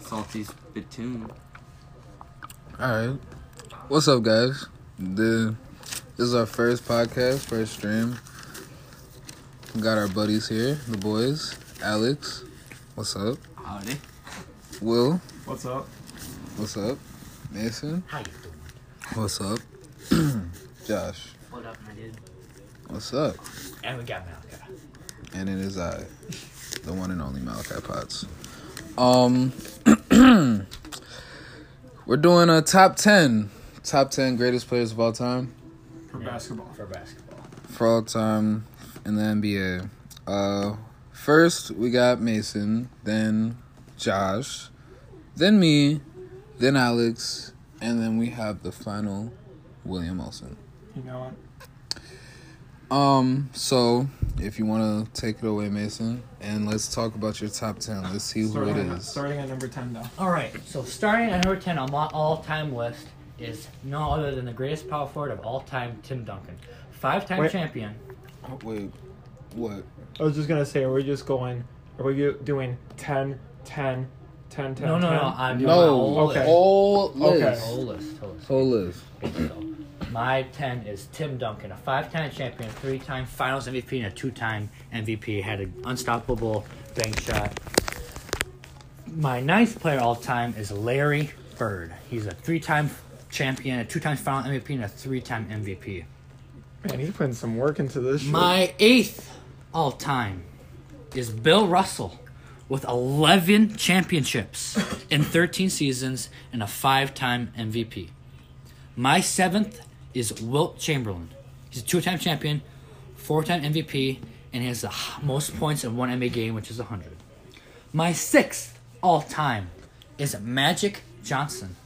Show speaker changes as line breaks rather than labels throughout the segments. Salty spittoon.
All right. What's up, guys? The this is our first podcast, first stream. We got our buddies here, the boys. Alex, what's up?
Howdy.
Will,
What's up?
what's up? Mason,
How you doing?
what's up? Josh,
What up, my dude?
what's up?
And we got Malachi.
And it is I, the one and only Malachi Potts. Um, we're doing a top ten, top ten greatest players of all time.
For basketball.
For basketball.
for all time in the NBA. Uh, first we got Mason, then Josh, then me, then Alex, and then we have the final William Olsen.
You know what?
Um, so if you want to take it away, Mason, and let's talk about your top ten. Let's see who it
Starting at,
is.
starting at number 10, though.
All right. So starting at number ten on my all-time list is no other than the greatest power forward of all time, Tim Duncan, five-time
Wait.
champion.
Wait, what?
I was just going to say, are we just going, are we do- doing 10, 10, 10, 10?
No, no, no. I'm doing my
No,
whole
Okay.
list.
whole list,
Whole list. Whole list.
whole list.
So, my 10 is Tim Duncan, a five time champion, three time finals MVP, and a two time MVP. Had an unstoppable bank shot. My ninth player all time is Larry Bird. He's a three time champion, a two time final MVP, and a three time MVP.
Man, he putting some work into this shit.
My eighth all time is Bill Russell with 11 championships in 13 seasons and a five time MVP. My seventh is Wilt Chamberlain. He's a two time champion, four time MVP, and he has the h- most points in one NBA game, which is 100. My sixth all time is Magic Johnson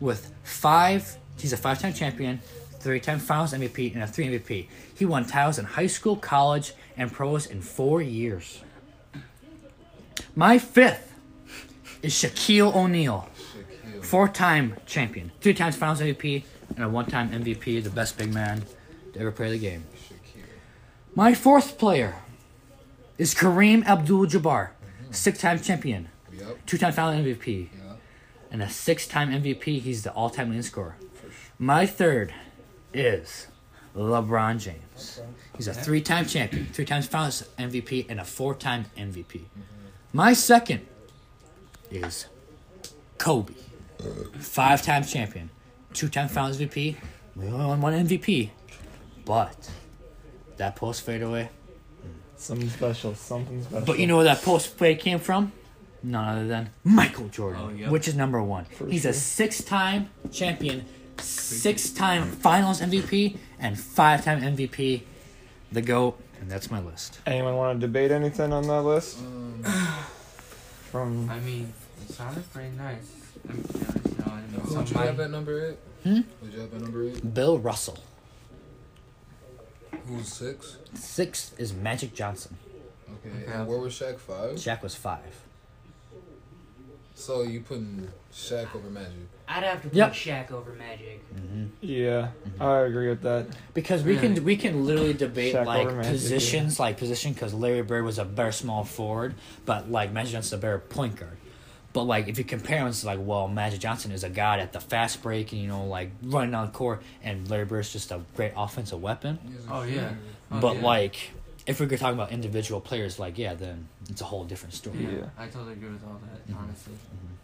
with five. He's a five time champion, three time finals MVP, and a three MVP. He won titles in high school, college, and pros in four years. My fifth is Shaquille O'Neal, four time champion, three times finals MVP, and a one time MVP, the best big man to ever play the game. My fourth player is Kareem Abdul Jabbar, six time champion,
Yep.
two time final MVP, and a six time MVP. He's the all time leading scorer. My third is LeBron James. He's a three time champion, three times finals MVP, and a four time MVP. My second is Kobe, five time champion, two time finals MVP. We only won one MVP, but that post fadeaway.
Something special. Something special.
But you know where that post play came from? None other than Michael Jordan,
Oh, yep.
which is number one. He's a six-time champion, six-time Finals MVP, and five-time MVP. The goat, and that's my list.
Anyone want to debate anything on that list? From
I mean, it sounded pretty nice. I mean, to be honest, no, I didn't know.
Would you
Somebody-
have that number eight?
Hmm?
Would you have that number eight?
Bill Russell.
Who's six?
Sixth is Magic Johnson.
Okay.
Okay.
And where was Shaq five?
Shaq was five.
So you putting Shaq over Magic?
I'd have to put
Yep.
Shaq over Magic.
yeah, I agree with that.
Because we can we can literally debate
Shaq
like
over Magic,
positions, like position, because Larry Bird was a better small forward, but like Magic Johnson's a better point guard. But like if you compare them, it's like well, Magic Johnson is a god at the fast break and you know like running on the court, and Larry Bird's just a great offensive weapon.
Oh, yeah. Oh,
but
yeah.
like if we could talk about individual players, like yeah, then it's a whole different story.
Yeah,
Yeah.
I totally agree with all
Mm-hmm.
that, honestly.
Mm-hmm.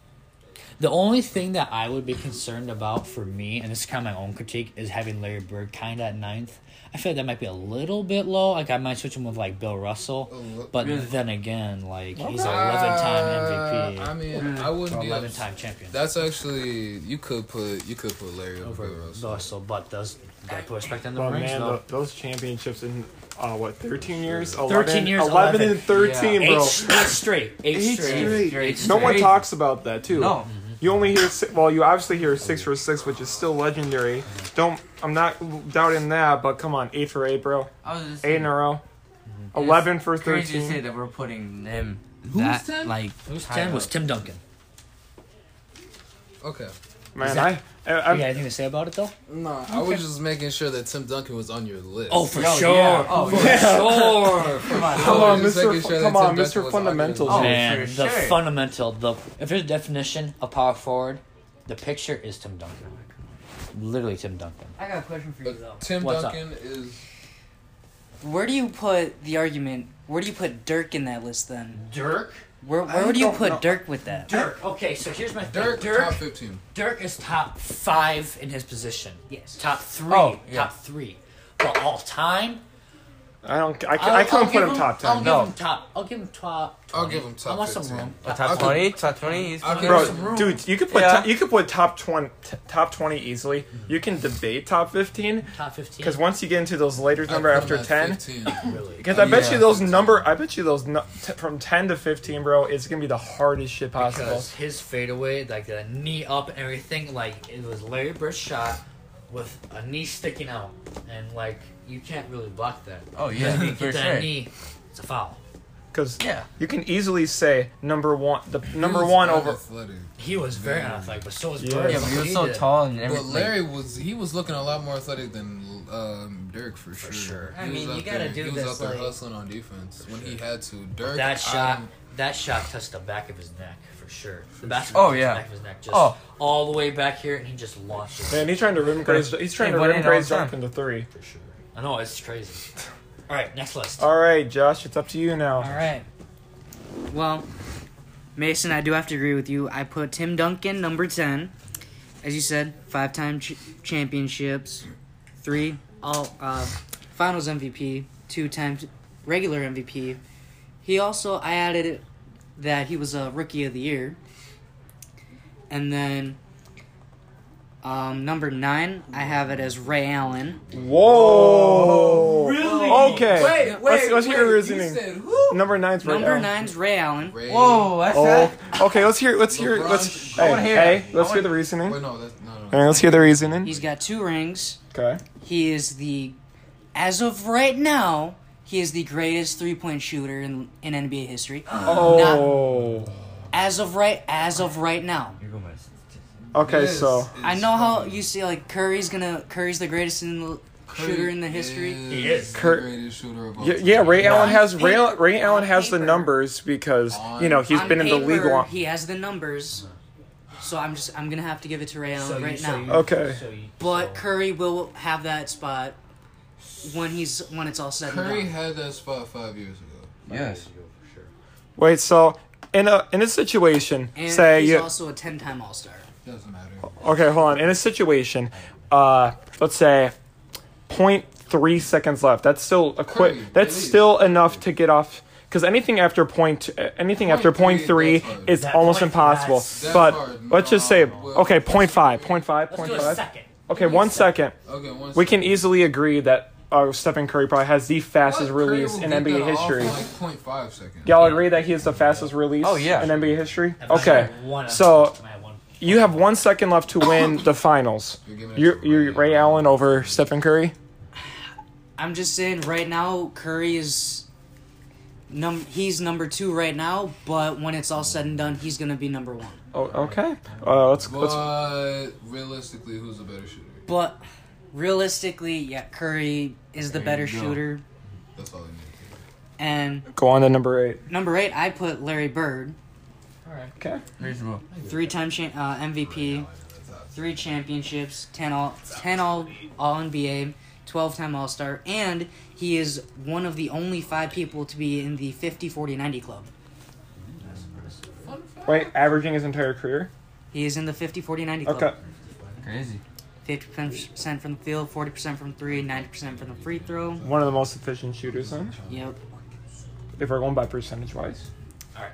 The only thing that I would be concerned about for me, and this is kind of my own critique, is having Larry Bird kind of at ninth. I feel like that might be a little bit low. Like I might switch him with like Bill
Oh,
Russell, but
Really?
then again, like he's
Okay.
an eleven-time
Uh, I
MVP,
mean, I wouldn't
or
be
eleven-time
upset.
champion
That's actually you could put you could put Larry over
over
Bill Russell.
Russell. But does gotta put respect on the
But
rings
man,
though.
tho- those championships in uh, what 13 years?
13 years,
11,
11.
and 13,
Eight,
bro.
s- eight straight, eight,
Eight
straight.
straight.
Great.
No one
Great.
talks about that too.
No.
You only hear si- well. You obviously hear six for six, which is still legendary. Don't I'm not doubting that, but come on, eight for eight, bro.
I was just
Eight in a row. Eleven for
It's Crazy to say
thirteen.
that we're putting them. that,
10?
Like,
Who's
high
ten was
up.
Tim Duncan.
Okay,
Man,
that-
I I,
You
I'm,
got anything to say about it though?
No, I was just making sure that Tim Duncan was on your list.
Oh, for
Yo,
sure.
yeah. Oh,
for
yeah.
sure. For
Come
sure.
on,
Just
Mr.
making
Fu-
sure that
come on,
Tim Duncan
Mr.
was on your
Fundamentals.
list.
Oh,
Man,
for
the
sure.
fundamental, the if there's a definition of power forward, the picture is Tim Duncan. Literally Tim Duncan.
I got a question for you though.
Tim
What's up?
Duncan is
Where do you put the argument? Where do you put Dirk in that list then?
Dirk?
Where
I
where would you
don't
put
know.
Dirk with that?
Dirk. Okay, so here's my thing.
Dirk,
Dirk
top fifteen.
Dirk is top five in his position.
Yes.
Top three.
Oh, yeah.
Top three. But all time,
I don't. I,
I'll-
I couldn't
I'll
put
give
him top
I'll
ten. Oh,
give
No.
him top. I'll give him top.
I'll
20.
give him top
I want some
15.
room.
A top
Okay.
twenty, top twenty. He's
Okay.
fine.
Bro,
some room.
dude, you could put
Yeah.
to- you could put top twenty t- top twenty easily. You can debate top fifteen
Top fifteen.
because once you get into those later number
I put
after
him at
ten,
15.
really.
because I bet
Yeah.
you those number, I bet you those nu- t- from ten to fifteen, bro, it's gonna be the hardest shit possible.
Because his fadeaway, like the knee up and everything, like it was Larry Bird's shot with a knee sticking out, and like you can't really block that.
Oh yeah,
If you
for
get that
sure.
knee, it's a foul.
Because
Yeah.
you can easily say number one, the number
He was
one over.
unathletic.
He was very unathletic, but so was
Yeah.
Bird.
Yeah, but he was
He
so
did-
tall and
But
everything.
Larry was he was looking a lot more athletic than um, Dirk for sure.
sure.
I
He was
mean,
out
you gotta
there-
do
He was
this,
out there
like-
hustling on defense when he had to. Dirk
Um,
That shot,
I'm-
that shot touched the back of his neck for sure. The
Oh,
basketball touched
yeah.
the back of his neck, just
Oh.
all the way back here, and he just launched it
Man, he's trying to rim grades. He's trying
Hey,
to
one
rim
in all
grades
the time.
dunk into three.
for sure. I know it's crazy. All right, next list.
All right, Josh, it's up to you now.
All right. Well, Mason, I do have to agree with you. I put Tim Duncan number ten, as you said, five-time ch- championships, three all uh, Finals MVP, two-time regular MVP. He also I added that he was a Rookie of the Year, and then. Um, number nine, I have it as Ray Allen.
Whoa. Okay.
Wait,
let's let's hear your
You
reasoning.
said who?
Number nine's right
Number
now.
nine's Ray Allen.
Ray.
Whoa, that's
Oh,
that.
okay. Let's hear. Let's hear.
LeBron
Let's.
James.
I
Hey,
wanna hear
hey,
it.
let's
I
hear the reasoning.
Wait, no, that's no,
All
no.
right, let's hear the reasoning.
He's got two rings.
Okay.
He is the, as of right now, he is the greatest three point shooter in, in NBA history.
Oh.
As of right, as of right now,
Okay,
This
so
I
is
know how
fucking-
you see like Curry's gonna Curry's the greatest in the, shooter in the history.
He is.
the
Kurt-
greatest shooter of all
yeah,
time.
yeah Ray Allen has Ray,
paper-
Ray Allen
on
has the
paper.
numbers because you know he's
On
been in the league
paper,
long.
He has the numbers, so I'm just I'm gonna have to give it to Ray Allen
So you-
right
so
now.
you-
Okay.
so you-
but
so-
Curry will have that spot when he's when it's all said
Curry
and done.
had that spot five years ago.
Oh.
Yes.
Wait, so in a in a situation,
And
say
he's
you
also a ten time All Star.
Doesn't matter.
okay, hold on. In a situation, uh, let's say, point three seconds left. That's still
Curry,
a quick. That's
at least.
still enough to get off. Because anything after point, uh, anything after point
three,
three
that's hard.
is
That
almost
point-
impossible.
that's-
That's
But
hard.
let's just say,
No.
okay, point five, point five,
Let's
point
do a
five.
second.
Okay, one second.
Okay, one
We
second.
can easily agree that uh, Stephen Curry probably has the fastest
What? Curry
release
will
in
beat
NBA
that off
history.
in Like 0.5 seconds.
Y'all agree that he is the fastest release
Oh, yeah.
in NBA history?
Am I
Okay,
at one?
so
Am I at one?
you have one second left to win the finals.
You're giving it
You're,
to
you're
Ray
Ray Allen over Stephen Curry?
I'm just saying right now Curry is num he's number 2 right now, but when it's all said and done, he's going to be number 1.
Oh, okay. Uh, let's, let's.
But realistically, who's a better shooter?
But realistically, yeah, Curry is the better shooter.
That's all I need.
And
Go on to number eight.
number 8, I put Larry Bird,
All right.
Okay.
Reasonable.
3-time cha- uh, MVP, 3 championships, 10 all 10 all All-NBA, 12-time All-Star, and he is one of the only 5 people to be in the 50-40-90 club.
Wait, averaging his entire career?
He is in the 50-40-90 club.
Okay.
Crazy.
Fifty percent from the field, forty percent from three, ninety percent from the free throw.
One of the most efficient shooters, then,
Yep.
if we're going by percentage wise.
All right.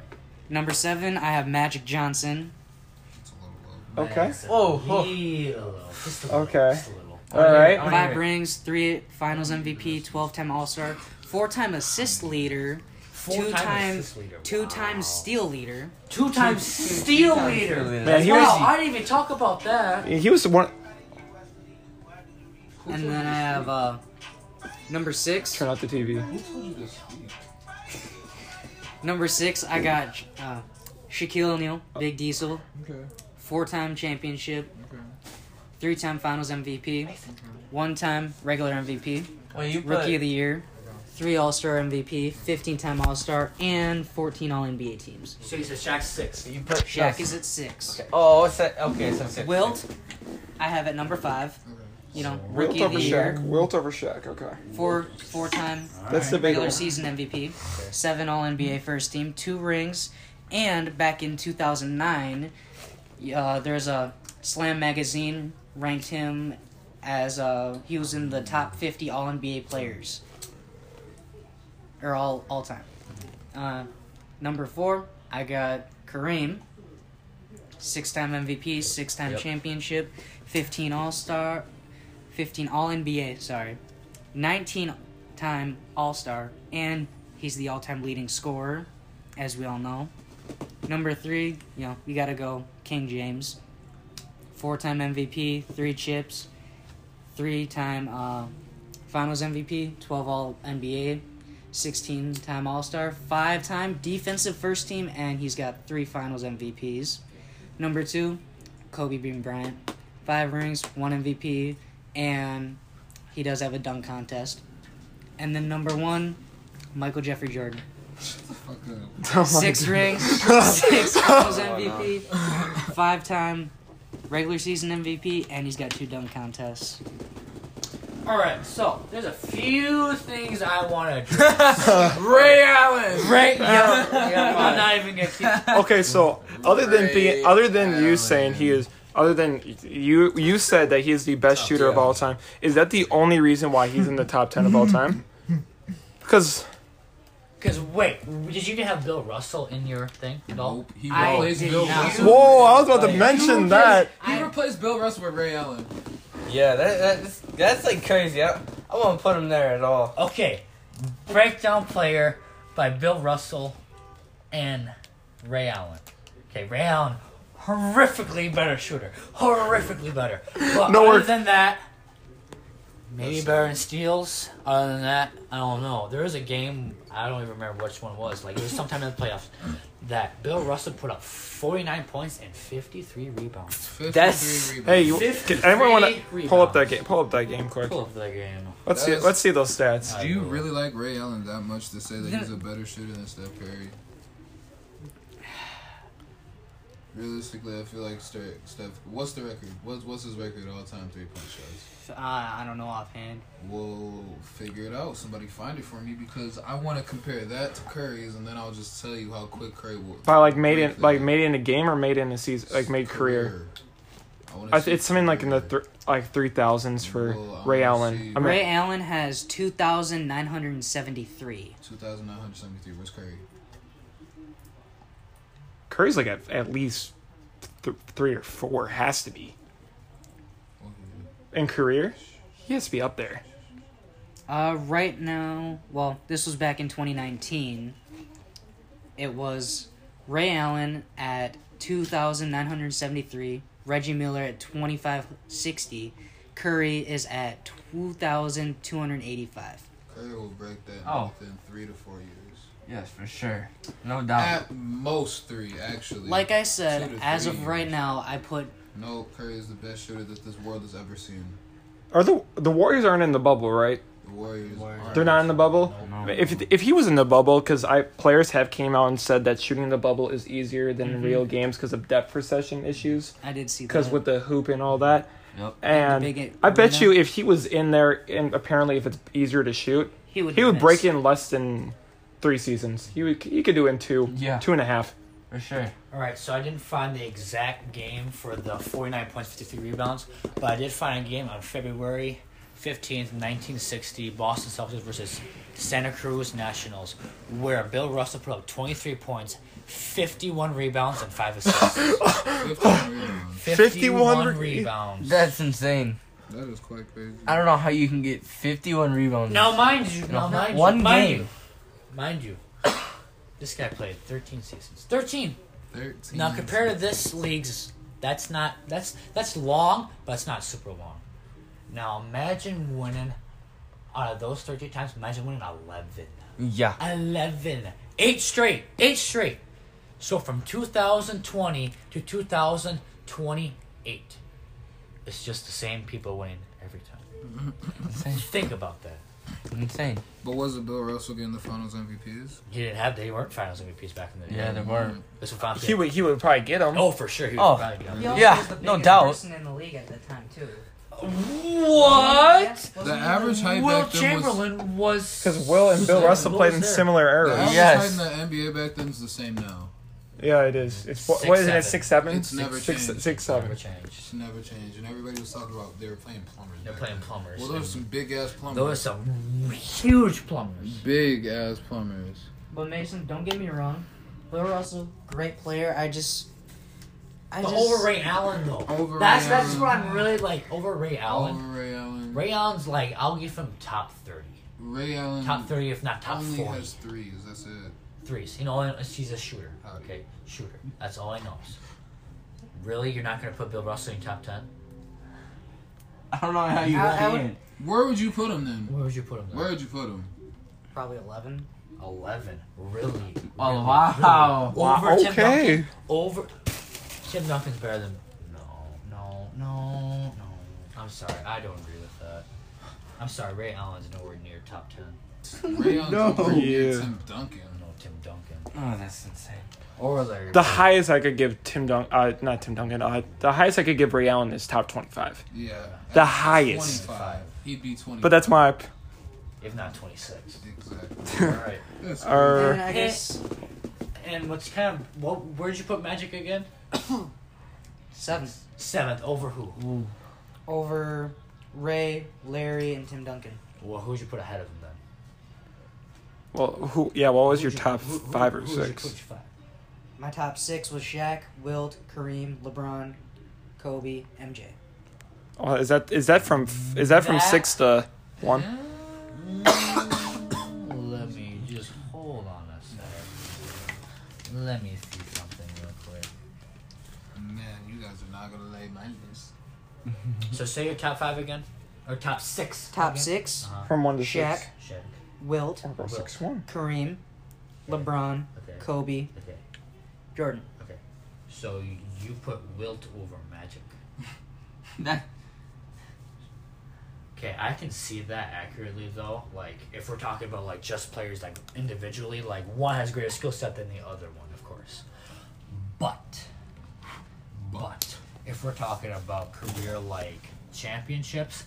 Number seven, I have Magic Johnson.
It's a little low.
Okay.
Whoa, whoa.
Little, just a little,
Okay.
Just a little.
All right.
Five rings, three Finals MVP, twelve-time All-Star, four-time assist leader,
Four
Two times-
assist leader.
two-time
Wow.
steal leader.
Two times steal leader.
Man, he
Wow,
was
I didn't even talk about that.
he was one.
And then I have uh, number six.
Turn out the TV.
Who told you to speak?
Number six, I got uh, Shaquille O'Neal, Big Diesel,
Okay.
four-time championship,
Okay.
three time finals MVP, one time regular MVP,
Well, you
rookie
put,
of the year, three All Star MVP, 15 time All Star, and 14 All NBA teams.
So you said Shaq's six.
so you put
Shaq
Shaq
is at six.
Oh, it's that, okay, so six.
Wilt, I have at number five. You know,
Wilt
rookie of
over
the year,
Shaq. Wilt over Shaq. Okay,
four four time
that's the big
regular
one.
season MVP, seven All NBA first team, two rings, and back in 2009, uh, there's a Slam magazine ranked him as uh, he was in the top 50 All NBA players, or all all time. Uh, number four, I got Kareem, six time MVP, six time
Yep.
championship, 15 All Star, 15 All NBA, sorry, 19 time All Star, and he's the all time leading scorer, as we all know. Number three, you know, you gotta go King James. Four time MVP, three chips, three time uh, finals MVP, 12 All NBA, 16 time All Star, five time defensive first team, and he's got three finals MVPs. Number two, Kobe Bean Bryant. Five rings, one MVP, and he does have a dunk contest. And then number one, Michael Jeffrey Jordan.
Oh
Six rings, six finals MVP, five time regular season MVP, and he's got two dunk contests.
All right. So there's a few things I want to.
Ray Allen!
Right. Yeah. I'm not even gonna. Keep...
okay, so other than
Ray
being, other than you
Allen.
saying he is, other than you, you said that he is the best shooter of all time. Is that the only reason why he's in the top ten of all time? Because
Because wait, did you have Bill Russell in your thing at all?
Nope, he
I
replaced
did
Bill
not.
Russell.
whoa, I was about to
Like,
mention that.
He replaced Bill Russell with Ray Allen.
Yeah, that, that's, that's like crazy. I, I won't put him there at all.
Okay, breakdown player by Bill Russell and Ray Allen. Okay, Ray Allen, horrifically better shooter, horrifically better. But
No
other
work.
than that, maybe better in steals. Other than that, I don't know. There was a game I don't even remember which one it was. Like it was sometime in the playoffs that Bill Russell put up forty nine points and fifty tee rebounds.
53
That's-
rebounds.
Hey, you,
Fifty-three
can everyone
rebounds.
pull up that game? Pull up that game quick.
Cool of the game.
Let's see.
That is-
Let's see those stats.
Do you really like Ray Allen that much to say that
Then-
he's a better shooter than Steph Curry? Realistically, I feel like Ste- Steph. What's the record? What's what's his record all time three point shots?
Uh, I don't know offhand.
We'll figure it out. Somebody find it for me because I want to compare that to Curry's, and then I'll just tell you how quick Curry was.
By like made in like made in a game or made in a season like made career.
I wanna
I
see
th- it's something like in the
career.
th- like three thousands for
Well, I
Ray
wanna
Allen.
see-
I mean,
Ray Allen has 2,973.
2,973. Where's Curry?
Curry's like at, at least th- three or four has to be in career. He has to be up there.
Uh, right now, well, this was back in 2019. It was Ray Allen at 2,973, Reggie Miller at 2,560, Curry is at 2,285.
Curry will break that
Oh.
within three to four years.
Yes, for sure. No
Oh.
doubt.
At most three, actually.
Like I
Two
said,
to
as
three
of right
years.
now, I put
No, Curry is the best shooter that this world has ever seen.
Are the the Warriors aren't in the bubble, right?
The Warriors. aren't.
They're not in the bubble.
No.
If if he was in the bubble, because I players have came out and said that shooting in the bubble is easier than real games because of depth perception issues,
I did see that.
because with the hoop and all that.
Yep.
And
And the big
I bet
arena.
you if he was in there, and apparently if it's easier to shoot,
he would
he would
miss.
break in less than three seasons. He would, he could do it in two,
Yeah.
two and a half.
For sure.
All right, so I didn't find the exact game for the 49 points, 53 rebounds, but I did find a game on February 15th, 1960, Boston Celtics versus Santa Cruz Nationals, where Bill Russell put up 23 points, 51 rebounds, and 5 assists.
15 rebounds.
51 re-
rebounds.
That's insane.
That is quite crazy.
I don't know how you can get 51 rebounds.
now, mind you, now,
No,
mind
one
you, mind
game.
you, mind you, this guy played 13 seasons. 13!
13.
Now, compared to this league's, that's not that's that's long, but it's not super long. Now, imagine winning out of those thirteen times. Imagine winning eleven.
Yeah.
11. Eight straight. Eight straight. So from 2020 to 2028. It's just the same people winning every time.
Insane.
Think about that.
Insane.
But was it Bill Russell getting the Finals MVPs?
He didn't have. They weren't Finals MVPs back in the day.
Yeah, there were.
This was Finals.
He would he would probably get them.
Oh, for sure. He would
Oh.
probably be on
also Yeah, was the no biggest doubt. person
in the league at the time too.
What?
The average height
Will
back then was.
Chamberlain was
Because Will and Bill
What
Russell
was
played in
there?
similar
The
eras.
average
Yeah,
Yes.
height in the NBA back then is the same now.
it is. It's
Six,
what isn't
seven.
it? Six seven.
It's never
six,
changed.
six
Never
seven.
changed.
It's never changed, and everybody was talking about they were playing plumbers.
They're
back
playing
then.
plumbers.
Well, there was some big ass plumbers.
Those are some huge plumbers.
big ass plumbers.
But Mason, don't get me wrong. Bill Russell, great player. I just, I
But
just
over Ray Allen though.
Over
that's
Ray
that's
Allen.
what I'm really like over Ray Allen.
Over Ray Allen.
Ray Allen's like I'll give him top thirty,
Ray Allen
top thirty if not top
Mm. only
forty
has threes. That's it.
threes. You know, and he's a shooter.
Okay.
Okay, shooter. That's all I know. Really, you're not gonna put Bill Russell in your top ten?
I don't know how you
I- I would-
can.
Where would you put him then?
Where would you put him?
Where
Though?
would you put him?
probably eleven.
Eleven. Really?
Oh,
really,
wow.
really.
Wow,
Over Tim
okay.
Duncan. Over Tim Duncan's better than. No, no, no, no. I'm sorry. I don't agree with that. I'm sorry. Ray Allen's nowhere near top ten.
Ray Allen's
No.
over
Yeah.
Tim Duncan.
No Tim Duncan.
Oh, that's insane.
Or Larry.
The
Bird.
highest I could give Tim Dunk, uh, not Tim Duncan. Uh, the highest I could give Ray Allen is top twenty-five.
Yeah.
The
At
highest.
25. He'd be 20.
But that's my.
if not twenty six.
Exactly.
All right.
That's
And
Or
I guess
And what's kind of what? Where'd you put Magic again?
seven
Seventh over who?
over Ray, Larry, and Tim Duncan.
Well, who'd you put ahead of him then?
well, who? Yeah, what was your
Who'd you-
top
who- who-
five or
who was your-
six?
who'd you find?
My top six was Shaq, Wilt, Kareem, LeBron, Kobe, MJ.
Oh, is that is that from f- is that from
That-
six to one?
Let me just hold on a second. Let me see something real quick.
Man, you guys are not gonna lay my list.
So say your top five again, or top six.
Top
again.
six:
Uh-huh.
From one to
Shaq,
six.
Shaq.
Wilt,
Or six one.
Kareem, LeBron,
Okay.
Kobe,
Okay.
Jordan.
So you put Wilt over Magic.
That,
Okay, I can see that accurately though. Like if we're talking about like just players like individually, like one has greater skill set than the other one, of course. But but if we're talking about career like championships,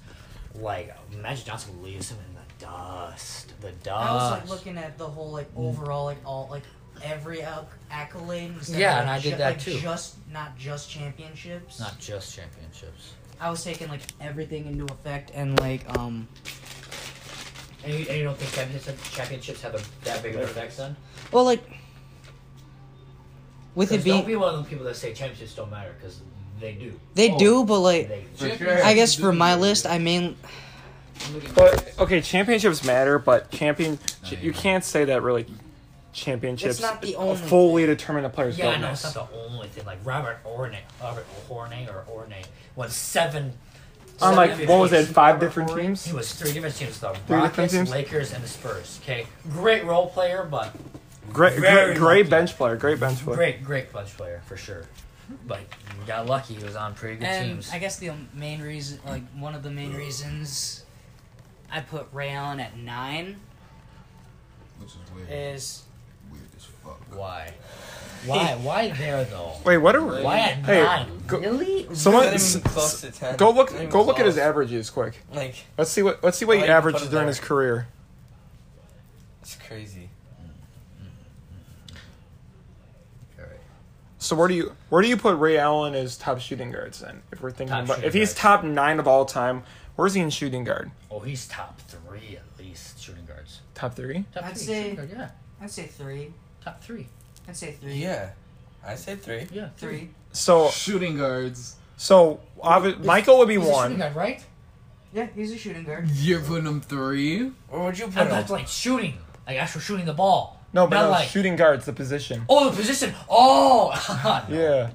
like Magic Johnson leaves him in the dust. The
I was like
dust.
looking at the whole like
mm.
overall like all like every acc- accolade. instead of,
Yeah,
like,
and I did
ju-
that
like,
too.
Just not just championships.
Not just championships.
I was taking like everything into effect and like um.
And you, and you don't think championships, championships have a, that big of an effect then?
Well, like with it
Because don't be
being
one of the people that say championships don't matter because they do.
they
oh,
do, but like
They
For
Champions
sure.
I guess
do
for my
matter.
list, I mean
But okay, championships matter, but champion
Nah, yeah.
you can't say that really. Championships
It's not the only
fully determine a player's
Yeah, I know
goodness.
it's not the only thing. Like Robert Orne, Robert Horne or Orne won seven.
On
seven
like what was it?
different
Five
teams.
different teams.
He was three different teams: the
different
Rockets,
teams?
Lakers, and the Spurs. Okay, great role player, but
Great,
Very
great, great
lucky.
bench player. Great bench player.
great, great bunch player for sure. But you got lucky; he was on pretty good
and
teams.
I guess the main reason, like one of the main reasons, I put Ray Allen at nine
Which is weird.
is
weird as fuck.
Why? Why? Why there though?
Wait, what are
Why at
Hey,
nine?
go-
really?
someone?
Not even
s-
close to 10.
Go look.
Not even
Go look at his
close.
averages quick.
Like,
Let's see what. Let's see what
Why
he
did you
averages
put him
during
there?
his career.
it's crazy.
So where do you where do you put Ray Allen as top shooting guards then? If we're thinking
Top
about
shooting
if he's
guards.
top nine of all time, where's he in shooting guard?
Oh, he's top three at least shooting guards.
Top three.
Top
I'd
three,
say-
shooting guard, yeah.
I'd say three.
Top three,
I'd say three.
Yeah. I say three.
yeah.
Three.
So
Shooting guards.
so obvi- Michael would be
He's a shooting
one.
guard, right?
Yeah, he's a shooting guard.
You're putting him three.
Where would you put
I'm not
him?
like shooting, like actual shooting the ball.
No, but
not
no,
like
shooting guards the position.
oh the position. Oh no.
Yeah,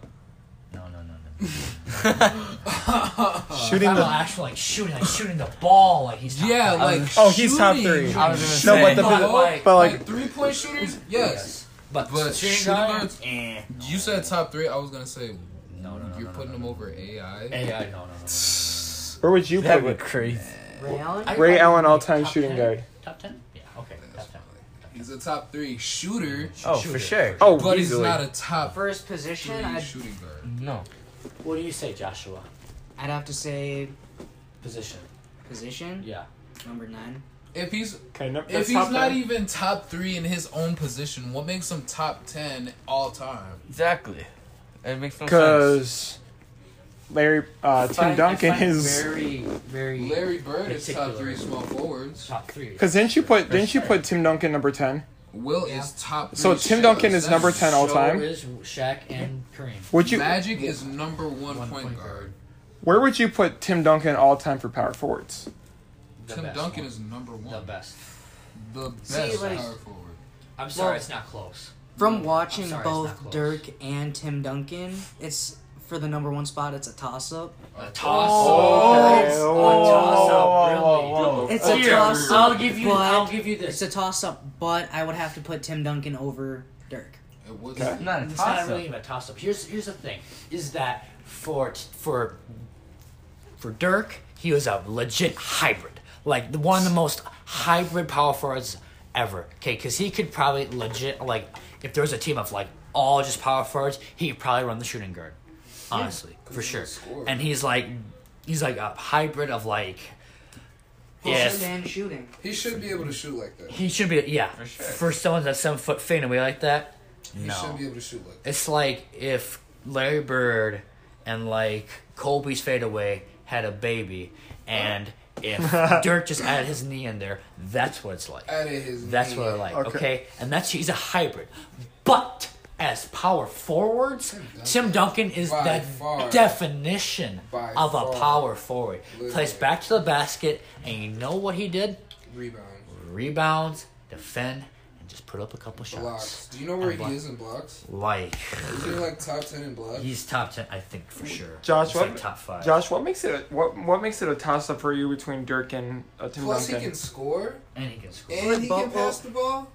No no no no.
Uh, shooting
Not
the.
actual like shooting, like shooting the ball, like he's. top
Yeah,
five.
like.
Oh, he's top three.
I was
No,
gonna
but
say.
the
But
posi-
like-
but
like
like
three point shooters. Yes.
but,
But
shooting
shooting
guard.
guards-
Eh.
You said top three. I was gonna say
No, no, no,
You're
no,
putting
no,
him over AI.
AI, no, no, no.
Where would you put
That'd be
it?
crazy.
Ray Allen?
I-
Ray
I-
Allen, all-time
top
shooting
10?
guard.
Top ten? Yeah. Okay. Top ten.
He's a top three shooter,
Oh, for sure.
Oh,
but he's
easily.
not a top three
First position, I'd,
shooting guard.
No.
What do you say, Joshua?
I'd have to say
Position.
position
Yeah.
number nine.
If he's
Okay, no,
if
that's
he's
top
not
ten.
even top three in his own position, what makes him top ten all time?
Exactly. It makes no sense.
Because Larry uh,
I
Tim
find- I
Duncan
find
is.
very, very
Larry Bird is top
Particular.
three small forwards.
top three.
Because didn't you put didn't you put Tim Duncan number ten?
Will is top. Three
So Tim Duncan is
That's-
number 10 all
So
time?
is Shaq and Kareem.
Would you
Magic is number one,
One
point,
point
guard.
where would you put Tim Duncan all time for power forwards?
The
Tim
best
Duncan
one.
is number one.
the best.
The best
like-
power forward.
I'm sorry,
Well-
it's not close.
From watching
sorry, it's not
both
close.
Dirk and Tim Duncan, it's for the number one spot. It's a toss up.
A toss.
Oh,
It's a
whoa,
toss
Oh. whoa,
up,
whoa,
really.
whoa, whoa.
It's a
Here.
toss up.
oh, I'll give you. I'll give you
It's
this.
a toss up, but I would have to put Tim Duncan over Dirk.
It was
Okay.
not a
It's not
toss
really even a toss up. Here's here's the thing: is that for for for Dirk, he was a legit hybrid, like the- one of the most hybrid power forwards ever. Okay, because he could probably legit like if there was a team of like all just power forwards, he could probably run the shooting guard, honestly, for sure.
score.
And he's like he's like a hybrid of like.
Post
Yes,
and shooting.
He should be able to shoot like that.
he should be. Yeah, for,
sure.
someone that's seven foot faint away like that,
He
no.
should be able to shoot like that.
It's like if Larry Bird and like Colby's fadeaway had a baby, and if Dirk just added his knee in there, that's what it's like.
Out of his.
That's what I
league.
like.
Okay.
Okay. and that's he's a hybrid, but as power forwards, Tim Duncan is
By
that
far.
definition
By
of
far.
a power forward. Plays
Literally.
back to the basket, and you know what he did?
Rebounds,
Rebounds, defend, and just put up a couple shots.
blocks. Do you know where
And block-
he is in blocks?
Like.
Is he like top ten in blocks?
He's top ten, I think, for sure.
Josh,
He's
what-
like top five.
Josh, what makes it a, what what makes it a toss up for you between Dirk and uh, Tim
Plus he
Duncan?
can score
and he can score.
and he
But-
can pass the ball.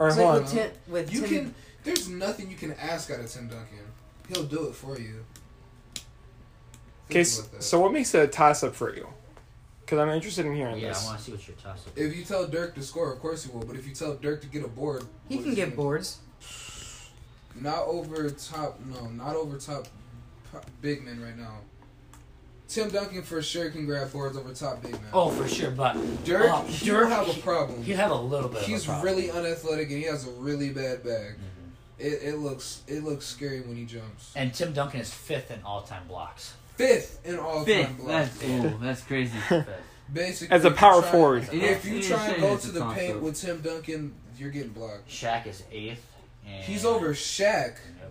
Or
It's
hold
like
on.
with Tim, with
You
Tim,
can. There's nothing you can ask out of Tim Duncan. He'll do it for you. Think
Okay, s-
about that.
so what makes it a toss up for you? Because I'm interested in hearing
Oh, yeah, I
this.
want to see what your toss up.
if you tell Dirk to score, of course he will. But if you tell Dirk to get a board,
he
what
can
is
get
he-
boards.
Not over top. No, not over top. po- Big men right now. Tim Duncan for sure can grab boards over top big men.
Oh, for sure, but
Dirk,
Oh,
he'll
Dirk,
have a
he-
problem.
he'd have a little bit.
He's
of a problem. Mm-hmm.
really unathletic and he has a really bad back. It, it looks it looks scary when he jumps.
And Tim Duncan is fifth in all-time blocks.
Fifth in all time
Fifth.
blocks.
That's, ooh, that's crazy.
Basically,
As a
if you
power
try-
forward.
If you
Yeah,
try and
saying
go
it's
to
a
the
toss-up.
paint with Tim Duncan, you're getting blocked.
Shaq is eighth. And,
He's over Shaq.
Yep.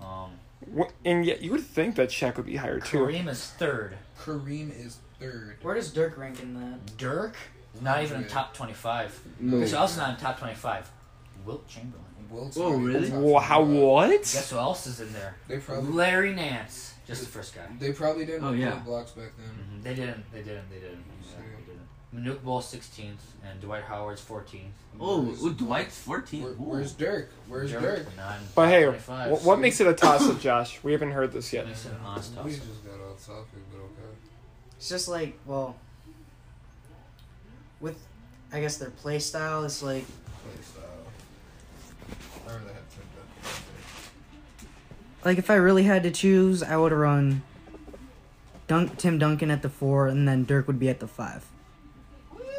Um,
Wh- And yet, you would think that Shaq would be higher too.
Kareem is third.
Kareem is third.
Where does Dirk rank in that?
Dirk is not even in
Yeah.
top twenty-five.
No.
Who's also not in top twenty-five? Wilt Chamberlain.
Wilt
Whoa,
Chamberlain
Oh, really?
is top
Wow,
five.
Guess
what?
who else is in there?
They probably
Larry Nance, just the first guy.
they probably didn't
Oh,
put
yeah.
blocks back then.
Mhm, They didn't. They didn't. They didn't. Yeah, they didn't. Manute Ball 16th and Dwight Howard's 14th.
Oh, ooh, Dwight's 14.
Where,
Ooh.
where's Dirk? Where's Dirk?
Dirk, nine,
But hey,
25.
wh- what makes it a toss up, Josh? We haven't heard this yet.
Makes it an honest toss.
We just got off topic, but okay.
It's just like, well, with I guess their play style, it's like
Play style. I rather have Tim Duncan. up there.
like if I really had to choose, I would run Dunk Tim Duncan at the four, and then Dirk would be at the five.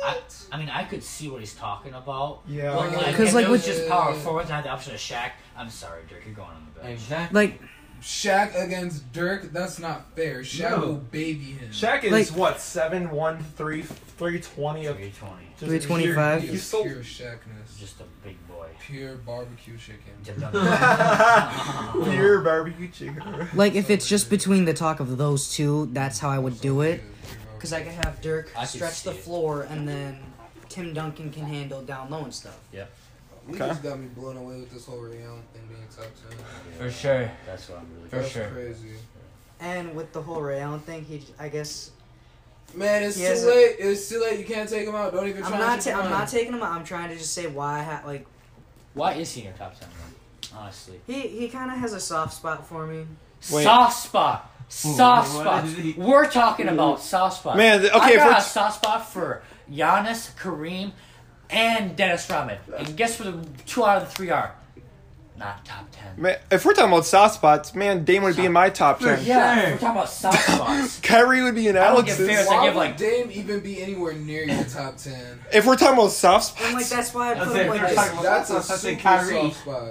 I, I mean, I could see what he's talking about.
Yeah.
But, like,
'Cause,
if
like,
it was
with-
just power forwards and I had the option of Shaq, I'm sorry, Dirk, you're going on the bench.
Exactly.
Like
Shaq against Dirk, that's not fair. Shaq
No.
will baby him.
Shaq is
Like-
what seven one three three twenty of
320.
just
325.
He
pure- You
is
still
pure Shaqness.
Just a big boy.
Pure barbecue chicken.
Tim Duncan.
pure barbecue chicken.
like if it's just between the talk of those two, that's how I would do it. Cause
Because
I could have Dirk
I could
stretch
see
the
it.
floor, and then Tim Duncan can handle down low and stuff.
we
Okay.
just got me blown away with this whole Ray Allen thing being top ten.
For sure.
That's what I'm really
For
That's
sure.
crazy.
And with the whole Ray Allen thing, he I guess
Man, it's
He
too
has a-
late. It's too late. You can't take him out. Don't even try.
I'm not
to
ta-
take
I'm
him
not
out.
taking him. out. I'm trying to just say why I ha- like
Why is he in your top 10? Then? honestly.
He he kind of has a soft spot for me.
Wait.
Soft spot. Soft
what
spot.
is he-
We're talking about soft spot.
Man, th- okay,
I
if
got
we're-
a soft spot for Giannis, Kareem, and Dennis Rodman. And guess what? The two out of the three are not top ten.
Man, if we're talking about soft spots, man, Dame would be in my top ten.
Yeah, we're talking about soft spots.
Kyrie would be in
I don't give
Alex's.
fair I
Why
give
would
like
Dame even be anywhere near your top ten?
If we're talking about soft spots,
And like that's why I
That's
put
it,
him
they're
like
talking
this.
about-
That's a
I say
super
Kyrie.
soft spot.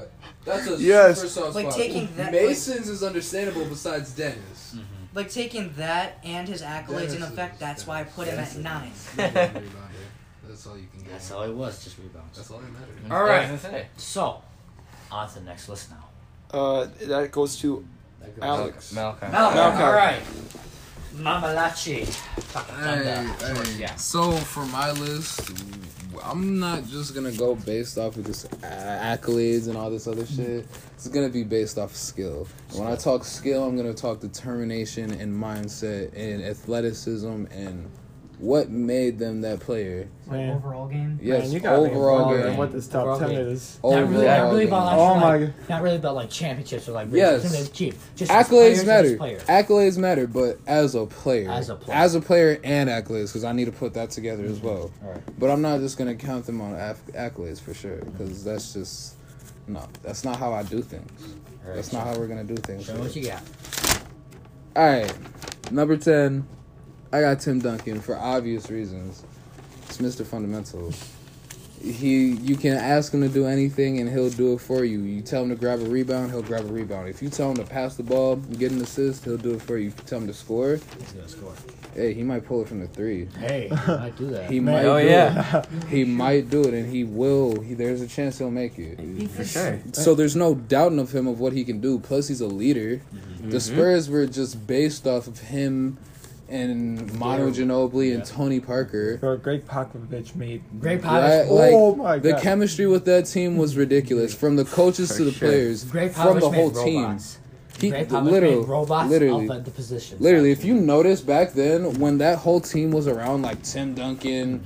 That's a
Yes.
super soft
Like
spot.
taking that-
Mason's is understandable besides Dennis.
Like taking that and his accolades in
Dennis
effect,
is-
that's why I put him
Dennis
at
is-
nine.
Rebounder. That's all you can get.
that's all it was, just rebounds.
That's all that matters.
All right,
That's it.
so on to the next list now.
uh, that goes to
That goes-
Alex.
Malcolm.
Malcolm.
Malcolm.
All right, Mamalachi. Fucking
Hey,
thunder.
hey.
Yeah.
So for my list, I'm not just gonna go based off of just a- accolades and all this other shit. It's gonna be based off skill. And when I talk skill, I'm gonna talk determination and mindset and athleticism and what made them that player.
Man.
Overall game.
Yes,
Man, you got
overall
me
involved
game.
in
what this top
Overall
ten
game.
is.
Overall
Not really, not really
game.
about like,
Oh my
like, not really about like championships or like
Yes.
races. It's cheap. Just as players
Accolades
and
matter.
as players.
Accolades matter, but as a player,
As a player. Mm-hmm.
as a player and accolades, because I need to put that together as well.
Alright.
But I'm not just gonna count them on acc- accolades for sure, because that's just no. That's not how I do things.
Alright,
That's not how we're gonna do things.
So what you got?
All right, number ten, I got Tim Duncan for obvious reasons. It's Mr. Fundamental. He, you can ask him to do anything and he'll do it for you. You tell him to grab a rebound, he'll grab a rebound. If you tell him to pass the ball, and get an assist, he'll do it for you. If you tell him to score,
He's gonna score.
hey, he might pull it from the three.
Hey, I do that.
He might.
Oh
do
yeah.
It. He might do it, and he will. He, there's a chance he'll make it.
For sure.
So there's no doubting of him of what he can do. Plus, he's a leader. The
Mm-hmm.
Spurs were just based off of him and Mono Ginobili and Tony Parker.
Or Greg Popovich made.
Great
Right?
Popovich.
Like
Oh my
the
God.
chemistry with that team was ridiculous, from the coaches to the players,
Great
from
Popovich
the
made
whole team.
robots.
He
Great Popovich
literally,
made robots
literally,
of the, the position.
Literally, if you notice back then, when that whole team was around, like Tim Duncan,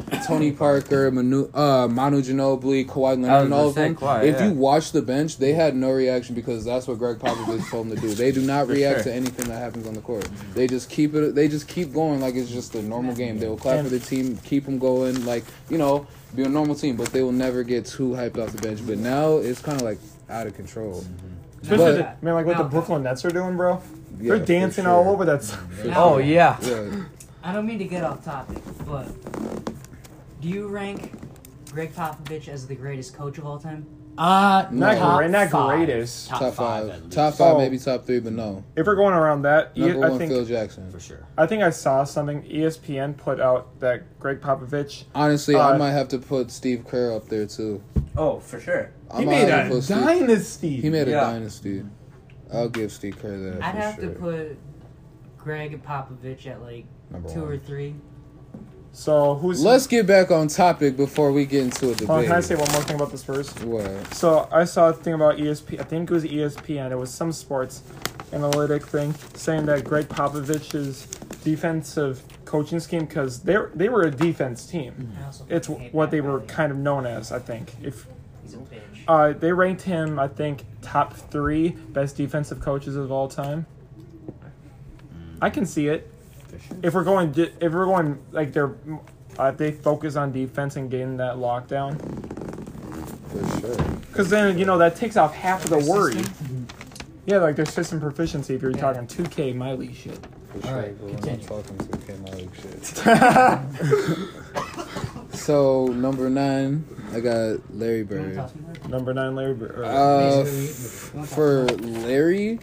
Tony Parker, Manu, uh, Manu Ginobili, Kawhi Leonard,
was
and all
gonna
of
say
them,
Kawhi,
if
yeah.
you watch the bench, they had no reaction because that's what Greg Popovich told them to do. They do not react
sure. Mm-hmm.
to anything that happens on the court. They just keep it. They just keep going like it's just a normal game. They will clap for the team, keep them going, like you know, be a normal team. But they will never get too hyped off the bench. But now it's kind of like out of control.
Mm-hmm.
Especially
But-
the- man, like what the Brooklyn Nets are doing, bro.
Yeah,
They're
for
dancing all
sure.
over that. s-
Oh yeah.
Yeah.
I don't mean to get off topic, but do you rank Greg Popovich as the greatest coach of all time?
uh,
Not
top
great- not
five.
greatest.
Top,
Top
five. at
five,
least.
top five,
Oh.
maybe top three, but no.
If we're going around that,
Number
E- I
one,
think
Phil Jackson.
for sure.
I think I saw something.
E
ESPN put out that Greg Popovich.
Honestly, I
Uh,
might have to put Steve Kerr up there too.
Oh, for sure.
I
He
might
made
have to
a
put Steve-
dynasty.
He made a
Yeah.
dynasty. I'll give Steve Kerr that.
I'd
for
have
sure.
to put Greg Popovich at like
Number
two
one.
or three.
so who's?
Let's get back on topic before we get into a debate.
Hold on, can I say one more thing about this first?
what?
So I saw a thing about ESP. I think it was E ESPN. It was some sports analytic thing saying that Greg Popovich's defensive coaching scheme because they they were a defense
Mm.
team.
I also
It's
fucking hate
what
Pat
they were
Riley.
kind of known as. I think if
He's a bitch.
uh, they ranked him, I think top three best defensive coaches of all time. I can see it. If we're going, di- if we're going like they're, uh, if they focus on defense and getting that lockdown.
For sure.
Because then you know that takes off half of the worry. Yeah, like their system proficiency. If you're talking 2K Miley shit.
For sure.
right,
but we're not
continue.
talking to Ken Malik shit. so number nine, I got Larry
You wanna
Bird.
toss me that?
Number nine, Larry. Bird- or-
Uh,
Basically,
f-
wanna talk
for Larry,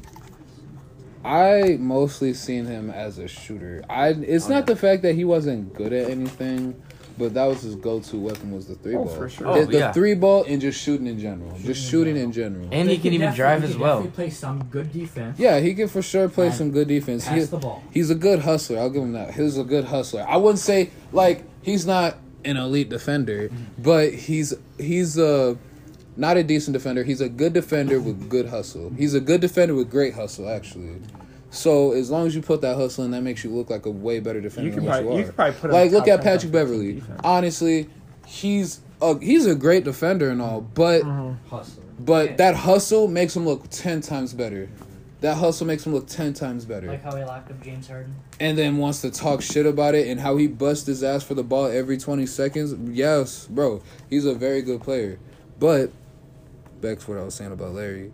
I mostly seen him as a shooter. I it's not the fact that he wasn't good at anything, but that was his go-to weapon was the three
Oh,
ball.
for sure.
The,
Oh,
the
yeah.
three ball and just shooting in general, just shooting in general.
And he can even drive as well.
play some good defense.
Yeah, he can for sure play
And
some good defense.
pass
He-
the ball.
He's a good hustler. I'll give him that. He's a good hustler. I wouldn't say like he's not an elite defender,
Mm-hmm.
but he's he's a not a decent defender. He's a good defender with good hustle. He's a good defender with great hustle, actually. So as long as you put that hustle in, that makes you look like a way better defender
You
than
can
what
probably-
you
you
are.
can probably put him
like
top
look at
10
Patrick
defensive
Beverly.
defense.
Mm-hmm.
Honestly, he's a he's a great defender and all, but
Hustler.
But that hustle makes him look ten times better. That hustle makes him look ten times better.
Like how he locked up James Harden.
and then wants to talk shit about it and how he busts his ass for the ball every 20 seconds. Yes, bro, he's a very good player. But back to what I was saying about Larry,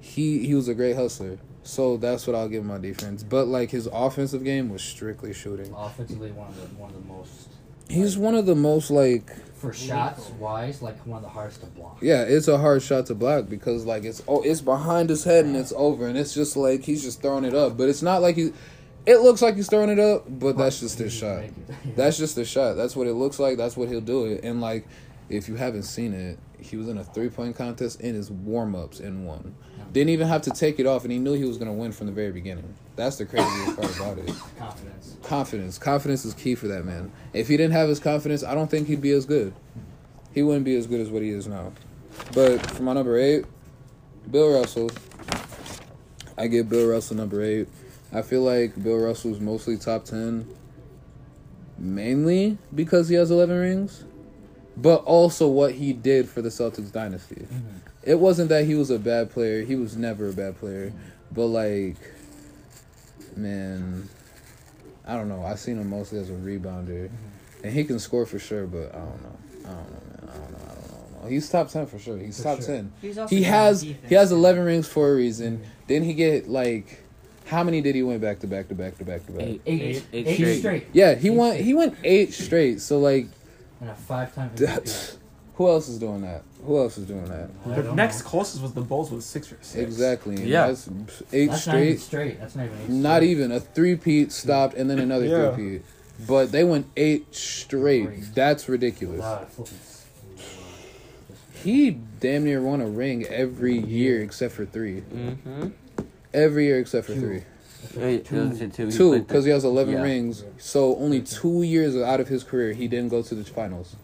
he he was a great hustler. So that's what I'll give my defense. But like his offensive game was strictly shooting.
Offensively, one of the one of the most
He's one of the most like
for shots wise, like one of the hardest to block.
yeah, it's a hard shot to block because like it's oh it's behind his head and it's over and it's just like he's just throwing it up. But it's not like he it looks like he's throwing it up, but that's just his shot. That's just a shot. That's what it looks like. That's what he'll do it. And like, if you haven't seen it, he was in a three point contest in his warm ups and won. Didn't even have to take it off, and he knew he was gonna win from the very beginning. That's the craziest part about it.
confidence.
Confidence. Confidence is key for that man. If he didn't have his confidence, I don't think he'd be as good. He wouldn't be as good as what he is now. But for my number eight, Bill Russell. I give Bill Russell number eight. I feel like Bill Russell's mostly top ten mainly because he has 11 rings, but also what he did for the Celtics dynasty. It wasn't that he was a bad player, he was never a bad player, but like, man, I don't know. I've seen him mostly as a rebounder, and he can score for sure, but I don't know. I don't know, man. I don't know. I don't know. He's top ten for sure. He's top ten.
He's also
He
good on
has
defense.
he has eleven rings for a reason. Didn't he get like how many did he win back to back to back to back to back?
Eight, eight,
Eight
eight,
straight.
straight.
Yeah, he won. He went eight straight. So like,
and a five-time MVP.
that's, who else is doing that? Who else is doing that?
I
The
don't
next
know.
closest was the Bulls with six or six.
Exactly. and
Yeah.
that's eight
That's not even
straight.
straight. That's not even eight.
Not
straight.
even a three peat stopped, and then another
Yeah.
three peat. But they went eight straight.
Great.
That's ridiculous.
Wow, flipping s-
He damn near won a ring every year except for three.
Mm-hmm.
Every year except for three. Two, because he has eleven
Yeah.
rings. So only two years out of his career, he didn't go to the finals.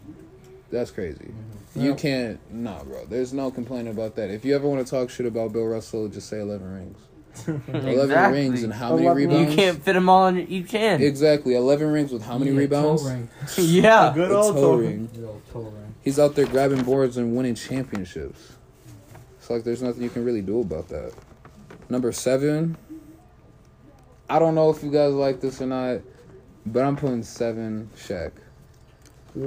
That's crazy.
Mm-hmm.
You can't, nah, bro. There's no complaining about that. If you ever want to talk shit about Bill Russell, just say eleven rings. Eleven rings and how many
11
rebounds?
Mm-hmm. You can't fit them all in. You can.
Exactly, eleven rings with how many
Yeah, toe
rebounds?
ring.
A
yeah.
good
A
old
toe
Toby.
ring.
Little toe ring.
He's out there grabbing boards and winning championships. It's like there's nothing you can really do about that. Number seven. I don't know if you guys like this or not, but I'm putting seven Shaq. Seven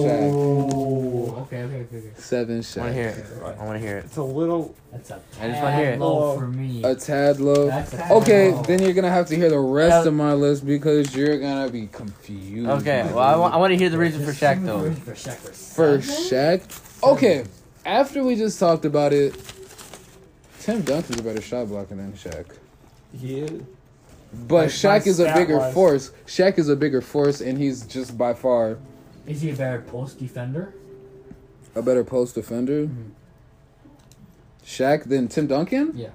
Shaq.
Ooh, okay, okay, okay, okay.
Seven
I want to
Shaq.
hear it. I want to hear it.
It's a little.
That's a
I just wanna hear
tad
it.
low
Oh.
for me.
A tad low.
That's a tad
Okay,
low.
then you're gonna have to hear the rest
Uh,
of my list because you're gonna be confused.
Okay.
my
Well, I
dude.
want. I want to hear the reason for
Just
Shaq
give me the
though.
reason for Shaq for
for
seven.
Shaq. Okay, after we just talked about it, Tim Duncan's a better shot blocking than Shaq.
Yeah.
But
Like,
Shaq is a
stat
bigger
wise.
force. Shaq is a bigger force, and he's just by far
Is he a better post defender?
a better post defender.
Mhm.
Shaq than Tim Duncan
Yeah.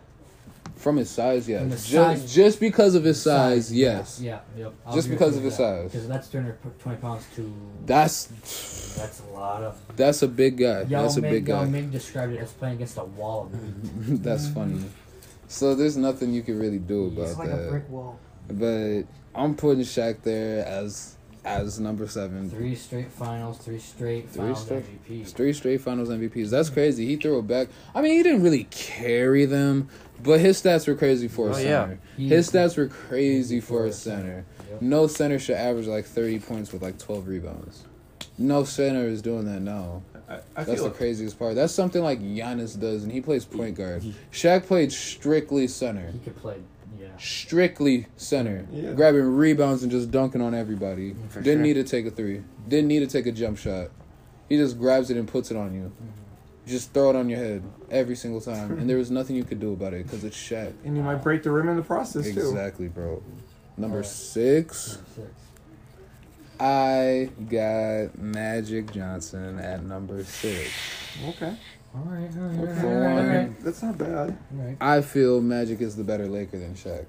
from his size, yes.
From
Just
his size.
just because of his size,
yeah,
yes.
Yeah. Yep. I'll
Just
agree
because
with
of
you
his
with that.
size.
Because that's 220 pounds to.
That's
That's a lot of.
that's a big guy.
Yao
that's a
Ming,
big
Yao
guy.
Ming described it as playing against a wall.
that's funny. So there's nothing you can really do about
It's like
that.
a brick wall.
But I'm putting Shaq there as as number seven.
Three straight finals, three straight
Mm-hmm. Three
finals
straight-
MVP.
Three straight finals MVPs. That's crazy. He threw it back. I mean, he didn't really carry them, but his stats were crazy for a
Oh, yeah.
center.
He-
His stats were crazy for a center.
Yep.
No center should average like 30 points with like 12 rebounds. No center is doing that now.
I, I
That's
feel
the craziest part. That's something like Giannis does, and he plays point guard. Shaq played strictly center.
He could play. Yeah.
strictly center,
Yeah.
grabbing rebounds and just dunking on everybody.
for
Didn't
sure.
need to take a three. Didn't need to take a jump shot. He just grabs it and puts it on you.
Mm-hmm.
Just throw it on your head every single time, and there was nothing you could do about it because it's Shaq.
And you might break the rim in the process, too.
Exactly, bro. Number
Alright.
six,
Six.
I got Magic Johnson at number six.
Okay.
All right. All right. All right.
For
All right.
one,
That's not bad.
All right.
I feel Magic is the better Laker than Shaq.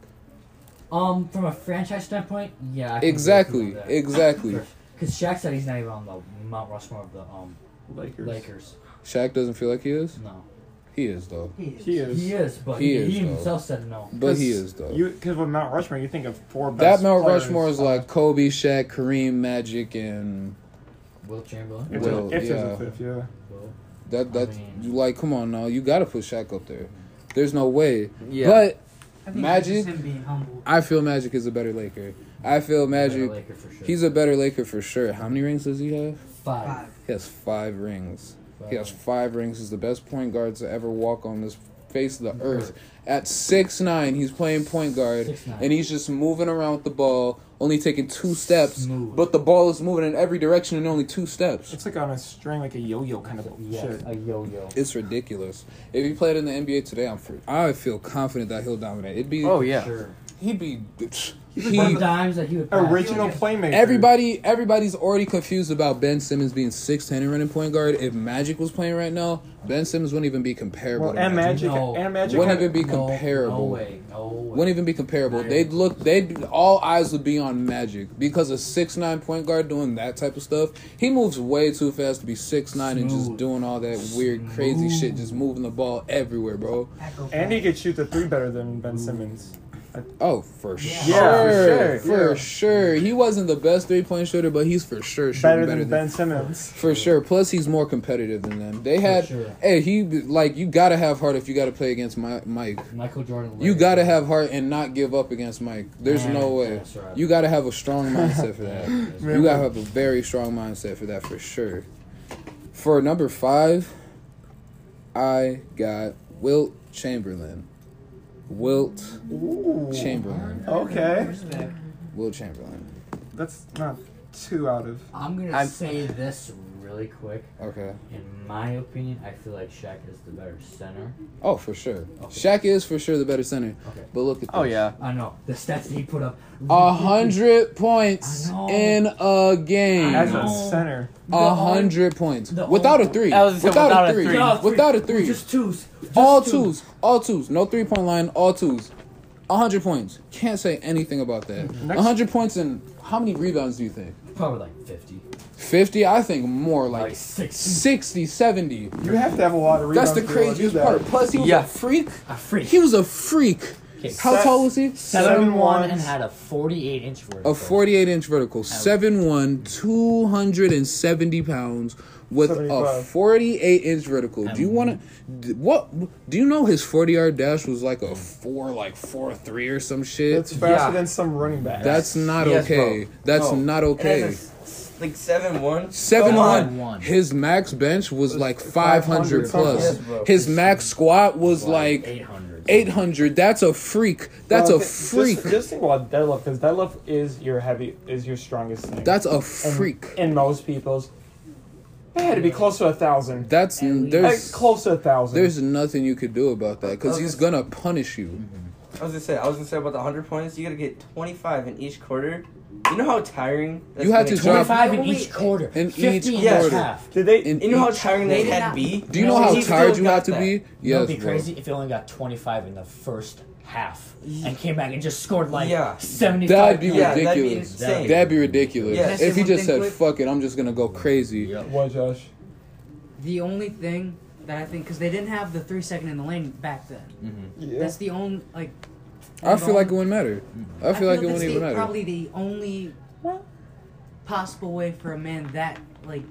Um, from a franchise standpoint, yeah. I can
Exactly, exactly.
Because Shaq said he's not even on the Mount Rushmore of the um
Lakers.
Lakers.
Shaq doesn't feel like he is.
No,
He is though,
He is.
He is.
he is, but
He
he,
is,
he
though.
himself said no.
but he is though.
You because with Mount Rushmore, you think of four best.
That Mount
players.
Rushmore is like Kobe, Shaq, Kareem, Magic, and
Will Chamberlain.
If,
Will,
there's, if
yeah.
there's a fifth, yeah.
Will.
That
I
that
mean-
you like, come on now, you gotta put Shaq up there. There's no way.
Yeah.
But
I think
Magic?
It's just him being humble.
I feel Magic is a better Laker. I feel Magic.
Laker for sure.
He's a better Laker for sure. How many rings does he have?
Five.
He has five rings. He has five rings. He's the best point guard to ever walk on this face of the earth. At six nine, he's playing point guard,
6'9".
and he's just moving around with the ball, only taking two steps.
Smooth.
But the ball is moving in every direction in only two steps.
It's like on a string, like a yo-yo kind of
Yes,
shit.
a yo-yo.
It's ridiculous. If he played in the NBA today, I'm fr- I feel confident that he'll dominate. It'd be
Oh yeah.
Sure.
he'd be
He,
he.
dimes that he would pass.
Original playmaker.
Everybody, everybody's already confused about Ben Simmons being six ten and running point guard. If Magic was playing right now, Ben Simmons wouldn't even be comparable.
Well,
to
and Magic,
No.
and Magic.
Wouldn't
had-
even be
No-
comparable.
No way. No way.
Wouldn't even be comparable. They'd look. They'd all eyes would be on Magic because a six nine point guard doing that type of stuff. He moves way too fast to be six nine and just
Smooth.
doing all that weird, crazy shit, just moving the ball everywhere, bro.
Echo
And he
back.
could shoot the three better than Ben Simmons.
Oh, for
Yeah.
sure,
Yeah, for
for,
sure,
sure.
yeah.
He wasn't the best three point shooter, but he's for sure shooting
Better,
better,
than,
than,
Ben Simmons.
For sure. Plus, he's more competitive than them. They had,
sure.
hey, he like you gotta have heart if you gotta play against Mi- Mike.
Michael Jordan.
You
Larry.
gotta have heart and not give up against Mike. There's
Yeah,
no way.
that's right.
You gotta have a strong mindset for that.
Yeah.
You gotta have a very strong mindset for that for sure. For number five, I got Wilt Chamberlain. Wilt
Ooh.
Chamberlain.
Okay.
Respect.
Wilt Chamberlain.
That's not too out of.
I'm gonna
I'm-
say this really quick.
Okay.
In my opinion, I feel like Shaq is the better center.
Oh, for sure.
Okay.
Shaq is for sure the better center.
Okay.
But look at this.
Oh yeah.
I know the stats that he put up.
A hundred points
I know.
in a
As
game.
I
a
No.
center.
A
The only-
hundred points.
the
Without a
only-
three.
I was gonna say
Without a
without a
three.
three.
No,
Without a three.
Just twos. Just
All twos. All twos. No three point line. All twos. A hundred points. Can't say anything about that.
Mm-hmm.
Next-
A hundred points and how many rebounds do you think?
Probably like fifty.
50? I think more like,
Like sixty.
60, 70.
You have to have a lot of rebounds.
That's the
to be able to do
craziest
that.
part. Plus, he was
Yeah.
a freak.
A freak.
He was a freak.
Okay,
How
Seven-
tall was he?
seven one and
ones.
had a forty-eight inch vertical.
A 48 inch vertical, 7'1, 270 pounds, with a
75.
48 inch vertical. Do you want to? What? Do you know his 40 yard dash was
Hmm.
like a 4, like 4 3 or some shit?
It's
That's,
faster
Yeah.
than some running back.
not
Yes,
okay.
bro.
That's
No.
not okay.
like seven one.
Seven
Come on.
one.
One.
His max bench was like five
500
hundred plus.
something.
Yes, bro.
His max squat was like
eight hundred.
eight hundred. That's a freak. That's
Well,
a
th- just-
freak.
Just, think about deadlift because deadlift is your heavy, is your strongest thing.
That's a
And-
freak.
In most people's, they had to be close to a thousand.
That's
And
Like,
there's
close to a thousand.
there's nothing you could do about that because
Okay.
he's gonna punish you.
I was gonna say. I was gonna say about the hundred points. You gotta get twenty five in each quarter. You know how tiring.
You
gonna
had to
get?
drop-
Twenty-five in
Only-
each quarter.
in each
Fifty in
quarter.
each half.
Did they?
And
You know how
each-
tiring they
They
had to
did
be.
do you know
No,
how
he's
tired
still
you have
got
to
that.
be?
It
Yes,
would be
bro.
crazy if he only got 25 in the first half and came back and just scored like
Yeah.
75.
That'd be
Yeah, that'd be
ridiculous.
insane.
That'd be ridiculous.
Yeah.
If he
Can I say
just
one
said
thing
"fuck it," I'm just gonna go crazy.
What, Josh?
The only thing that I think, because they didn't have the three second in the lane back then.
Mm-hmm.
Yeah.
That's the only like.
I feel like it wouldn't matter. I feel like it
that's
wouldn't even
the,
matter.
probably the only possible way for a man that like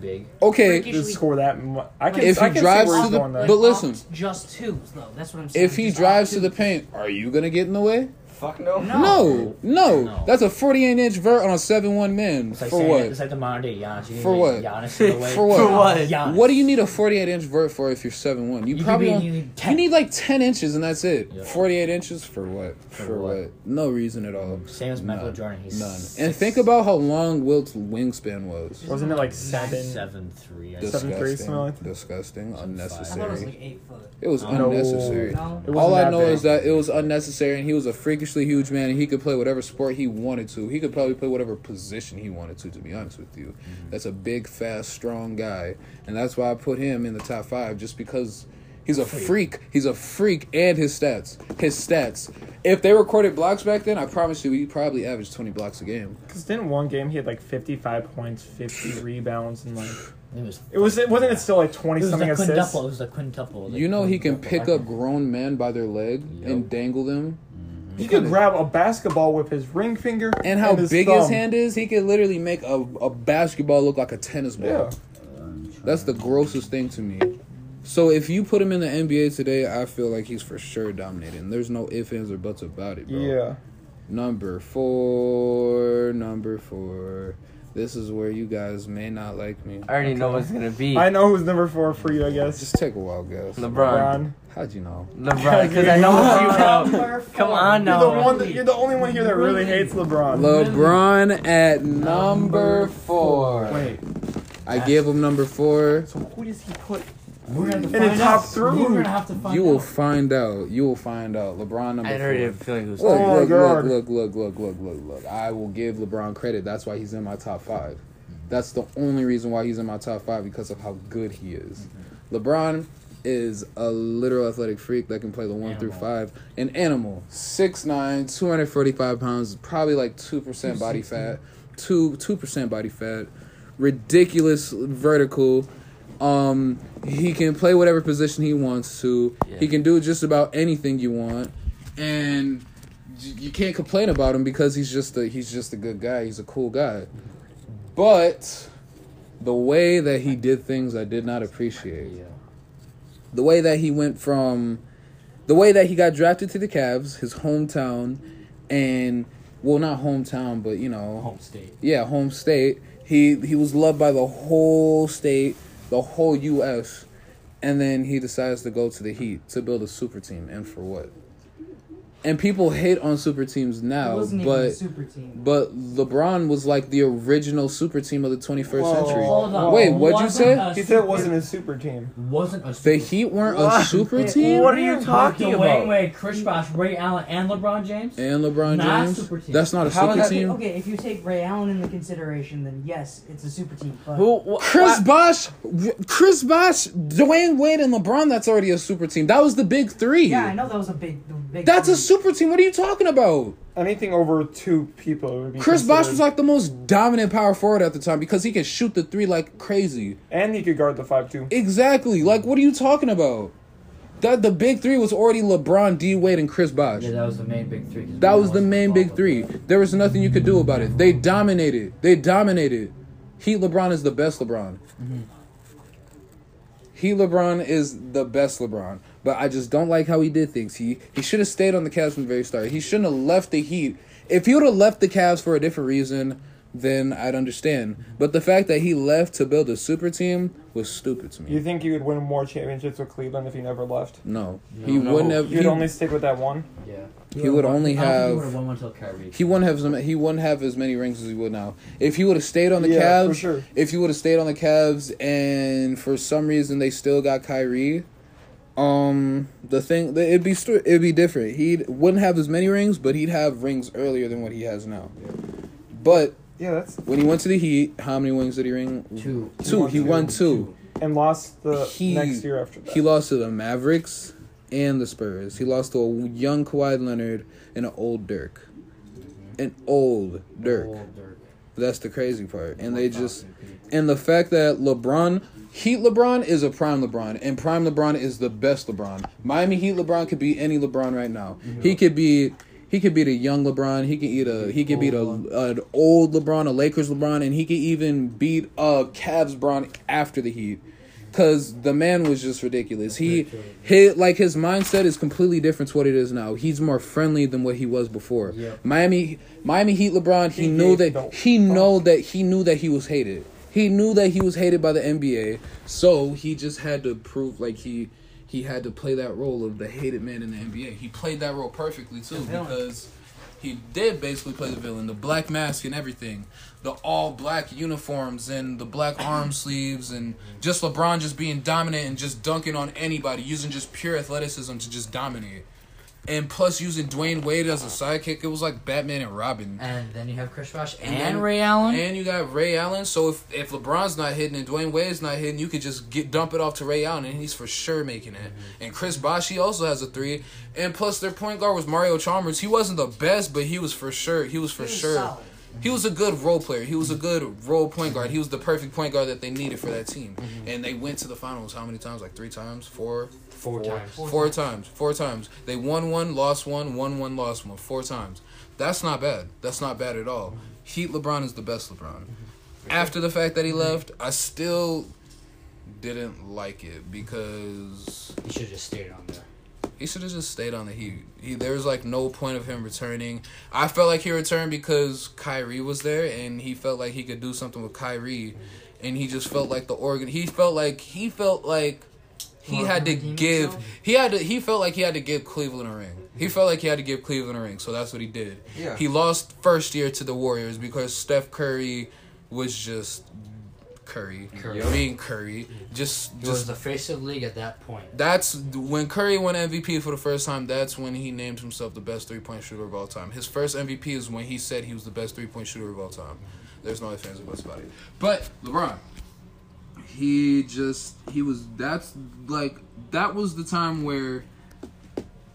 big.
Okay,
freakishly
To score that much. I can.
If
I
he
can
drives
see where
to
he's
the-
going there.
like,
but listen.
opt just twos though. That's what I'm saying.
if he
just
drives
opt
to the
twos.
paint, are you gonna get in the way?
Fuck no.
No.
No, no.
No.
That's a 48 inch vert on a 7 1 man.
It's like
For
saying-
what?
It's like the modern day Giannis. You need
For
to
what?
get Giannis in the way.
For what? For
what?
Giannis.
What do you need a 48 inch vert for if you're 7 1? You,
You could
probably
be-
don't-
you
you,
need
need,
10.
like 10 inches and that's it.
Yeah.
48 inches for what? For, what?
what?
No reason at all.
Same as Michael
None.
Jordan. He's
None. And
six-
think about how long Wilt's wingspan was.
Wasn't it like
nine,
seven?
seven, three. I
Seven,
think.
three,
Disgusting.
something like that.
Disgusting.
I thought it was
Unnecessary.
like eight foot.
It was
No.
unnecessary.
No.
It wasn't
All I
that
know
big.
is that it was unnecessary, and he was a freakishly huge man, and he could play whatever sport he wanted to. He could probably play whatever position he wanted to. To be honest with you,
Mm-hmm.
that's a big, fast, strong guy, and that's why I put him in the top five, just because he's a freak. He's a freak, and his stats, his stats. If they recorded blocks back then, I promise you, he probably averaged twenty blocks a game.
Because didn't one game he had like fifty-five points, fifty rebounds, and like
It was.
it was. It wasn't it still like twenty
It was
something
the
assists?
quintuple. It was the quintuple. the
You know, he can
quintuple.
pick up grown men by their leg and
Yep.
dangle them.
He could grab a basketball with his ring finger
And how
his
big
thumb.
his hand is, he could literally make a, a basketball look like a tennis ball.
Yeah.
That's the grossest thing to me. So if you put him in the NBA today, I feel like he's for sure dominating. There's no ifs, ands, or buts about it, bro.
Yeah.
Number four, number four. This is where you guys may not like me.
I already know what's gonna be.
I know who's number four for you, I guess.
Just take a wild guess.
LeBron.
Ron.
How'd you know?
LeBron, because I know what you know. Come on
You're
now.
the one. That, you're the only one here that really hates LeBron.
LeBron at number four.
Wait,
I gave him number four.
So who does he put? We're gonna have to
In the
find
top
out.
three.
We're gonna have to find
You will
out.
find out. You will find out. LeBron number
I
four.
already have a feeling who's.
Look,
Oh my
look, look,
God.
look, look, look, look, look, look. I will give LeBron credit. That's why he's in my top five. That's the only reason why he's in my top five because of how good he is. LeBron is a literal athletic freak that can play the one through
Animal.
five. An animal, 6'9", 245 pounds, probably like two percent body fat, two two percent body fat, ridiculous vertical. Um, he can play whatever position he wants to. He can do just about anything you want, and y- you can't complain about him because he's just a he's just a good guy. He's a cool guy, but the way that he did things, I did not appreciate. The way that he went from, the way that he got drafted to the Cavs, his hometown, and well, not hometown, but you know,
Home state.
yeah, home state. He he was loved by the whole state, the whole U.S., and then he decides to go to the Heat to build a super team, and for what? And people hate on super teams
It
now,
wasn't even a
but
super team.
but LeBron was like the original super team of the 21st
Whoa.
century.
Hold on.
Wait, what'd you
Wasn't
say?
he
a
said it
super-
wasn't a super team.
Wasn't a super
The Heat weren't a
What?
super team,
What are you talking
Dwayne
about?
Wade, Chris Bosh, Ray Allen, and LeBron James.
and LeBron
Not
James.
super team.
That's not a
How is
super
that-
Okay,
team.
okay, if you take Ray Allen into consideration, then yes, it's a super team. But
Who? wh-
Chris
wh-
Bosh, Chris Bosh, Dwayne Wade, and LeBron. That's already a super team. That was the big three.
yeah, I know that was a big, the big.
That's a
team.
super team. What are you talking about?
Anything over two people would be
Chris Bosh
considered-
was like the most dominant power forward at the time because he could shoot the three like crazy.
and he could guard the five two.
Exactly. Like, what are you talking about? That the big three was already LeBron, D Wade, and Chris Bosh.
Yeah, that was the main big three. 'cause
That
Ray
was the
wasn't
main
involved
big
with
three.
that.
There was nothing you could do about it. They dominated. They dominated. Heat LeBron is the best LeBron. Heat LeBron is the best LeBron. But I just don't like how he did things. He he should have stayed on the Cavs from the very start. He shouldn't have left the Heat. If he would have left the Cavs for a different reason, then I'd understand. But the fact that he left to build a super team was stupid to
You
me.
think you would win more championships with Cleveland if he never left?
No, he wouldn't have.
You'd
He,
only stick with that one.
Yeah.
he would only
I don't think he
have.
would've won until Kyrie.
He wouldn't have as- he wouldn't have as many rings as he would now. If he would have stayed on the
Yeah,
Cavs,
for sure.
if he would have stayed on the Cavs, and for some reason they still got Kyrie, um, the thing the- it'd be stu- it'd be different. He wouldn't have as many rings, but he'd have rings earlier than what he has now. But
Yeah, that's
when he went to the Heat, how many rings did he ring?
Two.
Two. He won two.
and lost the
He-
next year after that.
He lost to the Mavericks and the Spurs. He lost to a young Kawhi Leonard and an old Dirk. An old Dirk.
Old Dirk.
That's the crazy part. And they just and the fact that LeBron Heat LeBron is a prime LeBron, and prime LeBron is the best LeBron. Miami Heat LeBron could be any LeBron right now. He could be he could be the young LeBron. He could eat a he could beat a an old LeBron, a Lakers LeBron, and he could even beat a Cavs LeBron after the Heat. Cause the man was just ridiculous. He, he, like his mindset is completely different to what it is now. He's more friendly than what he was before.
Yep.
Miami, Miami Heat LeBron. He,
He
knew
gave
that
no
he know that he knew that he was hated. He knew that he was hated by the NBA, so he just had to prove like he he had to play that role of the hated man in the NBA. He played that role perfectly too because he did basically play the villain, the black mask and everything, the all black uniforms and the black arm sleeves and just LeBron just being dominant and just dunking on anybody, using just pure athleticism to just dominate. And plus using Dwayne Wade as a sidekick, it was like Batman and Robin.
And then you have Chris Bosh
And,
and
Ray Allen.
And you got Ray Allen. So if, if LeBron's not hitting and Dwayne Wade's not hitting, you could just get dump it off to Ray Allen, and he's for sure making it.
Mm-hmm.
And Chris Bosh, he also has a three. And plus, their point guard was Mario Chalmers. He wasn't the best, but he was for sure. He was for
He was
sure.
solid.
He was a good role player. He was a good role point guard. He was the perfect point guard that they needed for that team.
Mm-hmm.
And they went to the finals how many times? Like three times? Four?
four, times.
Four times. Four times. They won one, lost one, won one, lost one. Four times. That's not bad. That's not bad at
Mm-hmm.
all. Heat LeBron is the best LeBron. After the fact that he left, I still didn't like it because
He should have just stayed on there.
he should have just stayed on the Heat. He there was like no point of him returning. I felt like he returned because Kyrie was there and he felt like he could do something with Kyrie,
Mm-hmm.
and he just felt like the organ. He felt like he felt like he
Wanted
had
to
to
redeem
give.
himself?
He had to. He felt like he had to give Cleveland a ring. He felt like he had to give Cleveland a ring. So that's what he did.
Yeah.
He lost first year to the Warriors because Steph Curry was just Curry,
Curry.
being Curry, just
He was
just
the face of the league at that point.
that's when Curry won MVP for the first time. That's when he named himself the best three point shooter of all time. His first MVP is when he said he was the best three point shooter of all time. There's no ifs ands or buts about it. But LeBron, he just he was that's like that was the time where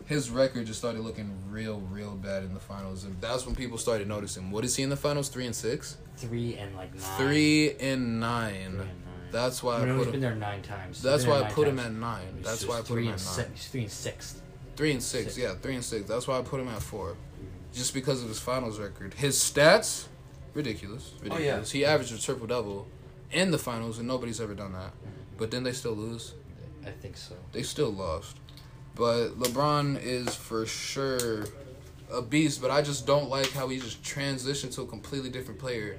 his record just started looking real real bad in the finals, and that's when people started noticing. What is he in the finals? Three and six,
Three and like nine.
three and nine.
Three and nine.
That's why
I
I
mean,
put
he's been
him.
there nine times.
That's
He's been
why
there
I put him
times.
at nine.
He's
That's
just
why I put
three
him at
and
nine.
six- he's three and sixth.
Three and six,
Six.
yeah, three and six. That's why I put him at four, just because of his finals record. His stats, ridiculous,
Oh,
yeah.
ridiculous. He averaged a triple double in the finals, and nobody's ever done that. But then they still lose.
I think so.
They still lost. But LeBron is for sure a beast. But I just don't like how he just transitioned to a completely different player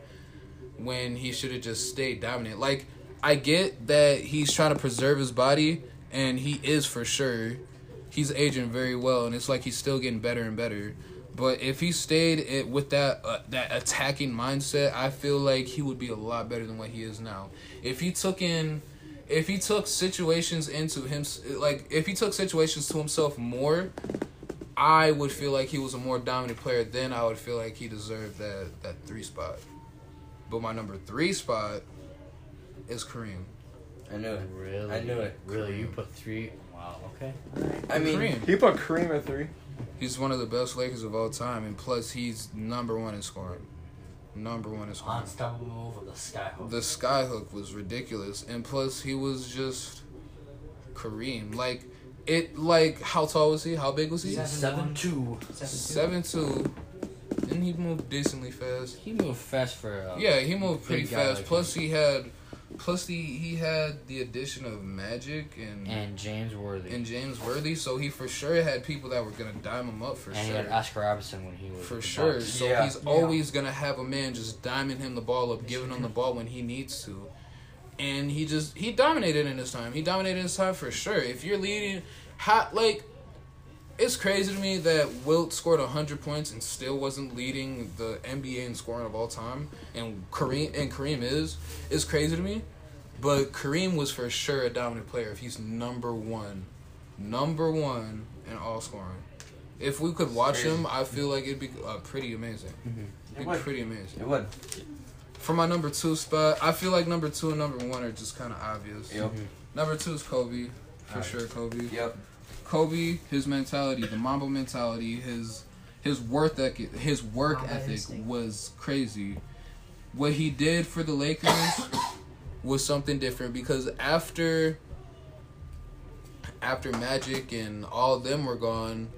when he should have just stayed dominant. Like I get that he's trying to preserve his body, and he is for sure. He's aging very well, and it's like he's still getting better and better. But if he stayed it with that uh, that attacking mindset, I feel like he would be a lot better than what he is now. If he took in, if he took situations into him, like if he took situations to himself more, I would feel like he was a more dominant player. Then I would feel like he deserved that that three spot. But my number three spot is Kareem.
I knew it.
Really?
I knew it.
Really? You put three? Wow. Okay.
I mean,
Kareem.
He put Kareem at three.
He's one of the best Lakers of all time, and plus he's number one in scoring. Number one in scoring.
Unstoppable move of the skyhook.
The skyhook was ridiculous, and plus he was just Kareem. Like it. Like how tall was he? How big was he?
He's seven two.
Seven two. And he moved decently fast.
He moved fast for. Uh,
Yeah, he moved pretty
Big guy
fast.
like
Plus he had, plus he he had the addition of Magic
And James Worthy.
and James Worthy, so he for sure had people that were gonna dime him up for
and he
sure.
had Oscar Robertson when he was
for
with the
sure.
Bucks.
So
Yeah.
he's always gonna have a man just diming him the ball up, giving him the ball when he needs to. And he just he dominated in his time. He dominated in his time for sure. If you're leading hot like it's crazy to me that Wilt scored 100 points and still wasn't leading the NBA in scoring of all time and Kareem and Kareem is. It's crazy to me. But Kareem was for sure a dominant player if he's number 1. Number 1 in all scoring. If we could watch him, I feel like it'd be uh, pretty amazing.
It
It'd be
would.
pretty amazing.
it would.
For my number two spot, I feel like number two and number one are just kind of obvious.
Yep.
Number two is Kobe, for
Alright.
sure. Kobe.
Yep.
Kobe, his mentality, the Mamba mentality, his his work ethic, his work
Mamba
ethic
instinct.
was crazy. What he did for the Lakers was something different because after after Magic and all of them were gone,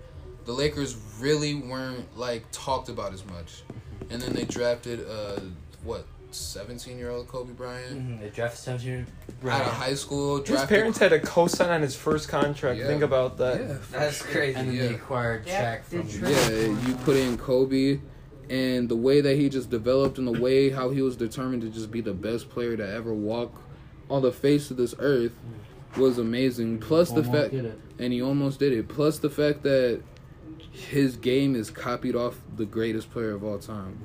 the Lakers really weren't like talked about as much. And then they drafted uh what 17 year old Kobe Bryant
Mm,
Mhm, They drafted seventeen.
out of high school.
His
drafted-
parents had a cosign on his first contract.
Yeah.
Think about that.
yeah,
That's crazy.
And then they
Yeah.
acquired
Yeah,
Shaq
they
from.
traded
Yeah, you put in Kobe and the way that he just developed and the way how he was determined to just be the best player to ever walk on the face of this earth was amazing. Plus the
Almost
fact
did it.
and he almost did it. Plus the fact that his game is copied off the greatest player of all time.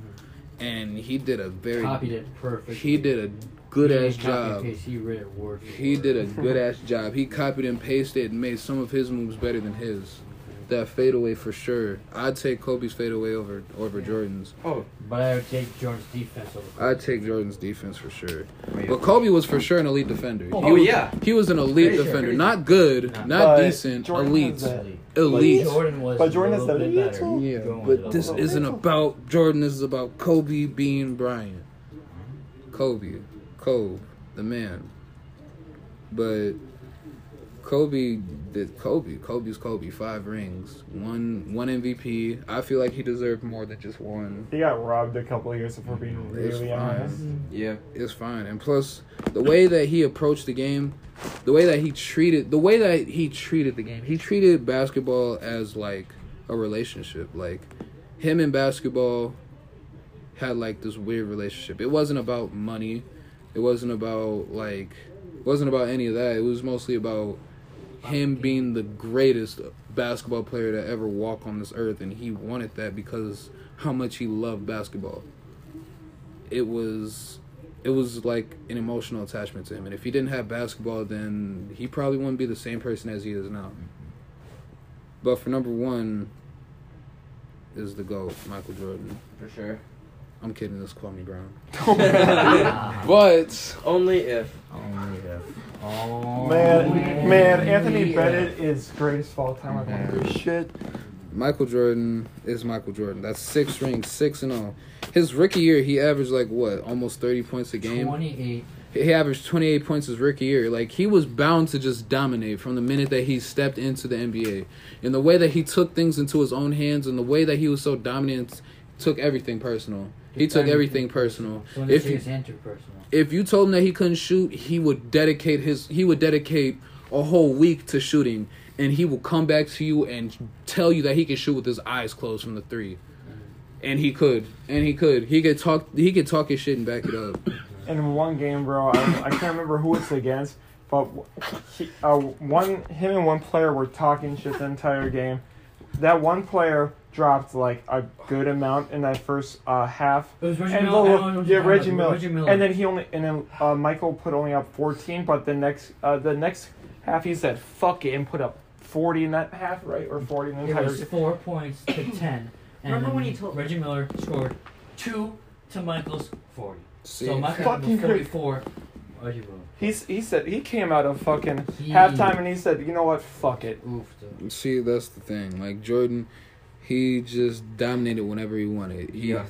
And he did a very
Copied it perfectly.
he did a good ass
He didn't copy
job.
and paste, He read it word for
He
word.
did a good ass job. He copied and pasted and made some of his moves better than his. That fadeaway for sure. I'd take Kobe's fadeaway over over Jordan's.
But I would take Jordan's defense over.
I'd take Jordan's defense for sure. But Kobe was for sure an elite defender.
Oh
he was,
yeah.
he was an elite
Crazy,
defender.
crazy.
Not good,
Nah.
not
But
decent,
Jordan
elite,
has that-
elite.
But Jordan was.
But Jordan
a little
has that
bit better.
little-
Yeah,
Jordan was a
but
little
this
bit
isn't about Jordan. This is about Kobe being Bryant. Kobe, Kobe, the man. But Kobe did Kobe. Kobe's Kobe. Five rings, one one MVP. I feel like he deserved more than just one.
He got robbed a couple of years before being
It's
really
fine.
honest.
Yeah.
It's fine. And plus, the way that he approached the game, the way that he treated, the way that he treated the game, he treated basketball as like a relationship. Like him and basketball had like this weird relationship. It wasn't about money. It wasn't about like it wasn't about any of that. It was mostly about him being the greatest basketball player to ever walk on this earth and he wanted that because how much he loved basketball. It was it was like an emotional attachment to him. And if he didn't have basketball, then he probably wouldn't be the same person as he is now. But for number one, is the GOAT, Michael Jordan.
For sure.
I'm kidding, that's Kwame Brown. But
Only if.
Only if. Oh.
Man, man, Anthony Bennett is greatest of all time. I don't give a shit.
Michael Jordan is Michael Jordan. That's six rings, six and all. His rookie year, he averaged like what, almost 30 points a game?
28.
he averaged 28 points his rookie year. Like he was bound to just dominate from the minute that he stepped into the NBA. And the way that he took things into his own hands and the way that he was so dominant took everything personal. He took everything personal. If you,
interpersonal.
if you told him that he couldn't shoot, he would dedicate his he would dedicate a whole week to shooting and he will come back to you and tell you that he can shoot with his eyes closed from the 3. And he could. And he could. He could talk he could talk his shit and back it up.
in one game, bro. I, I can't remember who it's against, but he, uh, one him and one player were talking shit the entire game. That one player dropped like a good amount in that first uh, half.
It was Reggie
and
Miller. I
the-
don't know what
yeah,
you're talking
Reggie
about.
Miller.
Reggie Miller.
And then he only and then uh, Michael put only up 14, but the next uh, the next half he said fuck it and put up 40 in that half, right? Or 40 in the
It
entire
was four points to ten. And
Remember
then
when he told-
Reggie Miller scored two to Michael's forty.
See?
So Michael
Fucking
was forty-four. Reggie
He's he said he came out of fucking
He-
halftime and he said, "You know what? Fuck it."
Miller. Oof, dude.
See, that's the thing. Like Jordan, he just dominated whenever he wanted. He, uh,
Yes.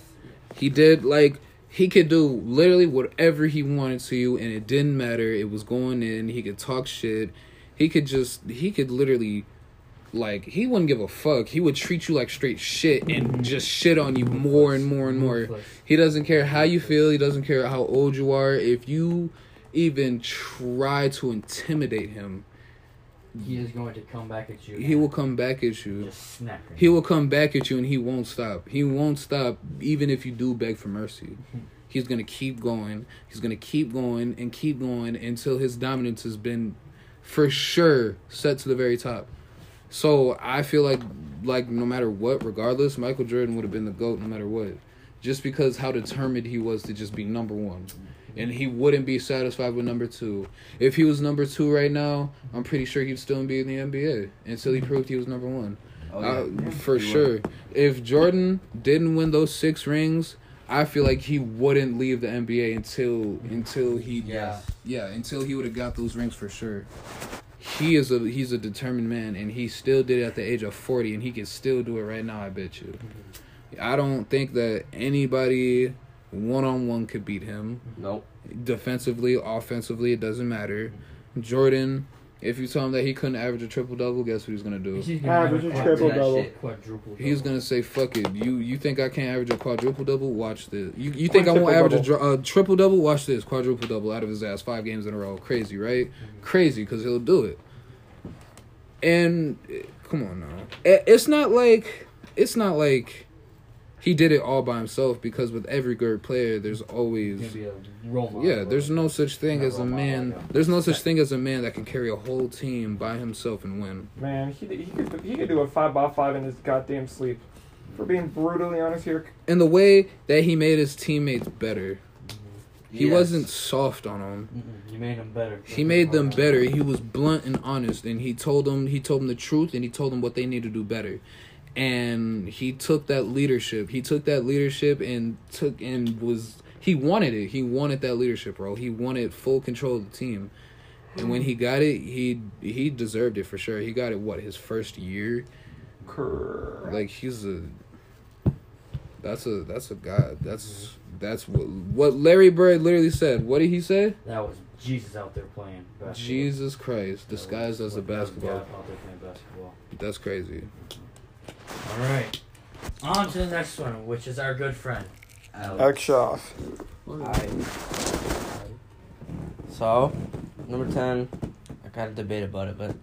He did like he could do literally whatever he wanted to, and it didn't matter. It was going in. He could talk shit. He could just he could literally like he wouldn't give a fuck. He would treat you like straight shit and just shit on you more and more and more. He doesn't care how you feel. He doesn't care how old you are. If you even try to intimidate him,
He is going to come back at you.
he will come back at you.
just snap. your
He will come back at you and he won't stop. He won't stop even if you do beg for mercy. He's gonna keep going. He's gonna keep going and keep going until his dominance has been for sure set to the very top. So I feel like like no matter what, regardless, Michael Jordan would have been the GOAT no matter what. Just because how determined he was to just be number one. And he wouldn't be satisfied with number two. If he was number two right now, I'm pretty sure he'd still be in the NBA until he proved he was number one.
Oh,
Uh,
yeah.
for
He
sure. If Jordan didn't win those six rings, I feel like he wouldn't leave the NBA until until he
Yeah.
yeah until he would have got those rings for sure. He is a he's a determined man, and he still did it at the age of forty, and he can still do it right now. I bet you. I don't think that anybody one on one could beat him
Nope.
defensively, offensively. It doesn't matter. Jordan, if you tell him that he couldn't average a triple double, guess what he's gonna do?
ass. He's gonna
Average
have
a
a
triple
that
double.
shit.
Quadruple.
He's
double.
gonna say, "Fuck it, you you think I can't average a quadruple double? Watch this. You you think I
Quadruple
won't average a, dr- a triple double? Watch this quadruple double out of his ass five games in a row. Crazy, right? Crazy, because he'll do it. And eh, come on now, I- it's not like it's not like he did it all by himself. Because with every good player, there's always
He's gonna be a role model.
yeah, there's no such thing
Not
as a
role model,
man.
yeah.
There's no such thing as a man that can carry a whole team by himself and win.
Man, he, he could he could do a five by five in his goddamn sleep. For being brutally honest here,
and the way that he made his teammates better. He
Yes.
wasn't soft on them.
Mm-mm, You made him better.
He made them better. He was blunt and honest, and he told them he told them the truth, and he told them what they need to do better. And he took that leadership. He took that leadership and took and was he wanted it. He wanted that leadership role. He wanted full control of the team. And when he got it, he he deserved it for sure. He got it what his first year.
Grrr.
Like he's a that's a that's a god. That's that's what what Larry Bird literally said. What did he say?
That was Jesus out there playing. basketball.
Jesus Christ,
Yeah,
disguised
with-
as a
with- yeah,
basketball.
out there playing basketball.
That's crazy.
All right. On to the next one, which is our good friend.
X off.
So, number 10, I got to debate about it, but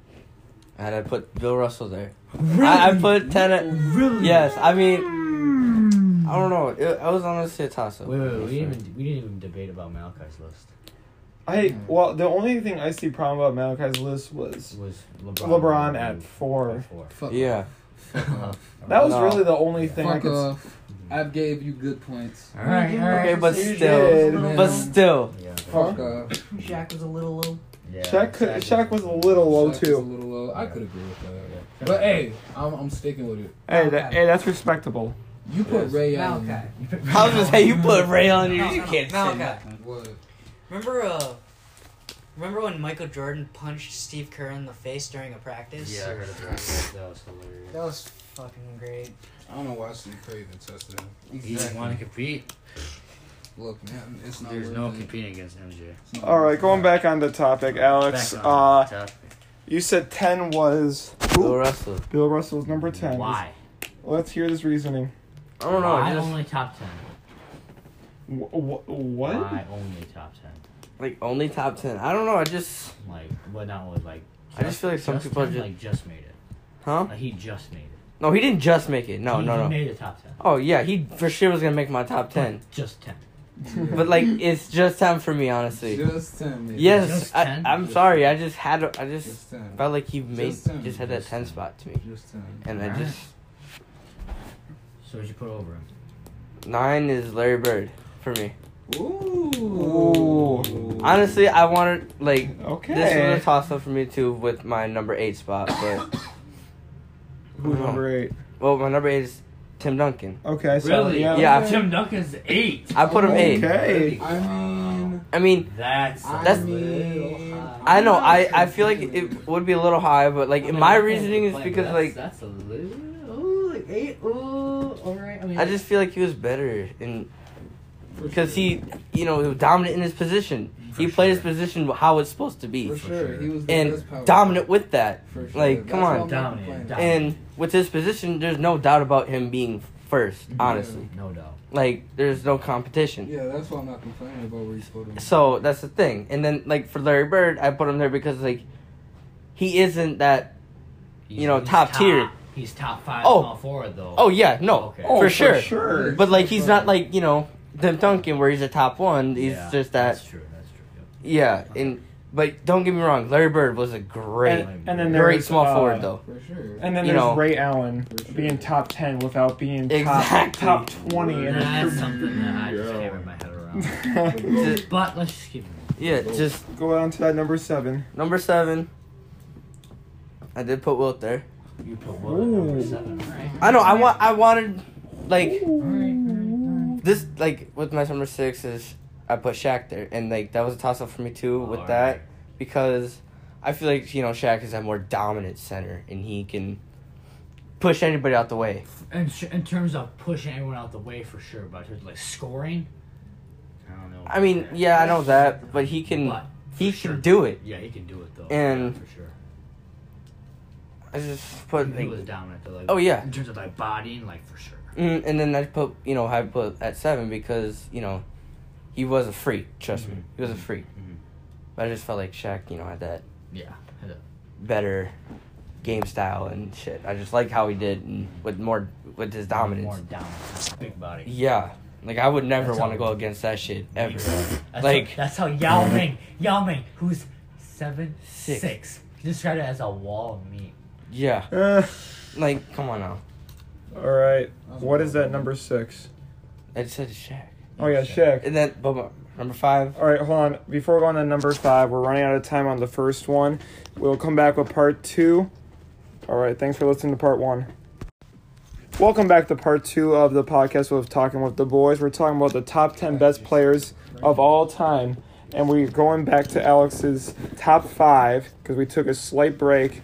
I had to put Bill Russell there. I, I put 10 at.
Really?
Yes, I mean, I don't know. It, I was honestly a toss up.
Wait, wait, wait, we didn't even we didn't even debate about Malachi's list.
I well, the only thing I see problem about Malachi's list was
It was LeBron.
LeBron at four.
four.
Fuck.
Yeah.
That was
No.
really the only thing I
Fuck uh,
could.
off. I gave you good points.
All right,
Mm-hmm.
all right.
Okay, but
You
still.
did.
But still.
Yeah,
Fuck off.
Shaq was a little low.
yeah,
Shaq, could, Shaq was a little
Shaq
low
was A
too.
little low. I could agree with that.
Yeah.
But hey, I'm, I'm sticking with it.
Hey, that, hey, that's respectable.
You put Ray Allen.
Malachi.
I was gonna say, you put Ray on you.
No,
You
no,
can't
no,
say
okay.
that.
What?
Remember, uh, remember when Michael Jordan punched Steve Kerr in the face during a practice?
Yeah, I heard about that. That was hilarious.
That was fucking great.
I don't know why Steve Kerr even tested him.
He didn't want to compete.
Look, man, it's not.
There's
worth
no
it.
competing against MJ.
It's not
All right,
worth
going
it.
back on the topic, Alex.
Back on
Uh,
topic.
you said ten was
Bill Russell.
Bill Russell's number ten.
Why?
Let's hear this reasoning.
I don't know.
Why
I just,
only top ten?
Wh- wh- what?
Why only top ten?
like, only top 10. I don't know. I just.
Like, what? Not with like.
I just feel like some people are
Justin,
just-
like just made it.
Huh?
Like he just made it.
No, he didn't just make it. No,
he,
no,
He
no.
made the top ten.
Oh, yeah. He for sure was gonna make my top 10.
Just ten.
But, like, it's just time for me, honestly.
Just ten. Maybe.
Yes,
Just
I,
10?
I'm sorry. I just had. a- I just
Just ten.
felt like he made.
Just ten.
Just had that
Just
10
ten.
spot to me.
Just ten.
And I
Alright.
just.
So what'd you put over him?
Nine is Larry Bird for me.
Ooh.
Honestly, I wanted like
Okay.
this was a toss up for me too with my number eight spot, but
Who number eight?
well, my number eight is Tim Duncan.
Okay, I saw.
Really?
Yeah.
Yeah.
Tim Duncan's eight.
I put him eight.
Okay.
I mean,
I mean,
That's
That's-
I mean,
I know I I feel like it would be a little high, but like my reasoning is because like
that's a little. Ooh, like eight. Ooh, all right. mean,
I just feel like he was better in
for
because
sure.
he you know he was dominant in his position.
For
He played his
sure.
position how it's supposed to
for
be
sure he was the
and
best power
dominant
forward.
with that.
For
like,
That's
come
why
on.
I'm not
Dominant,
complaining.
dominant.
And with his position, there's no doubt about him being first. Honestly,
no doubt.
like there's no competition.
Yeah, that's why I'm not complaining about where he scored him.
So that's the thing. And then like for Larry Bird, I put him there because like he isn't that.
He's-
You know,
he's
top tier.
He's top five
Oh.
small forward though.
Oh yeah, no,
Okay.
Oh,
for, sure.
sure.
But like he's not like you know Tim Duncan where he's a top one. He's
Yeah,
just that.
That's true. That's true. Yep.
Yeah, and but don't get me wrong, Larry Bird was a great,
And, and then there's
great small
uh,
forward though.
For sure.
And then
you
there's
know.
Ray Allen
For sure.
being top ten without being
Exactly.
top top twenty. in
That's
his
something that I just can't wrap my head around.
career.
Just-
But let's just keep. it.
yeah, just
Go on to that number seven.
number seven. I did put Wilt there.
You put Will at number
Ooh.
seven. All right.
I know. I want. I wanted, like
All right.
this, like with my number six is I put Shaq there, and like that was a toss up for me too with
All
that
right.
because I feel like you know Shaq is a more dominant center, and he can push anybody out the way.
In, sh- in terms of pushing everyone out the way for sure, but just, like scoring. I don't know.
I mean, yeah, I know that, but he can
But
he
for sure.
can do it.
Yeah, he can do it though.
And-
yeah, for sure.
I just put
he
like,
was dominant though. Like,
Oh, yeah.
In terms of like bodying, like for sure.
mm, and then I put you know I put at seven because you know he was a freak. Trust me, he was a freak.
Mhm.
But I just felt like Shaq, you know, had that
Yeah. I know.
better game style and shit. I just like how he did and with more with his
Mm-hmm. More
dominance.
dominant. Big body.
Yeah, like I would never
That's
want to
how-
go against that shit ever.
That's
Like-
how, that's how Yao Ming, Yao Ming, who's seven
Six.
six, he described it as a wall of meat.
Yeah,
Uh,
like come on now.
all right. What is that number six?
I just said Shaq.
Oh yeah, Shaq.
And then but my- number five.
All right, hold on. Before we go on to number five, we're running out of time on the first one. We'll come back with part two. All right, thanks for listening to part one. Welcome back to part two of the podcast with Talking with the Boys. We're talking about the top 10 best players of all time. And we're going back to Alex's top five because we took a slight break.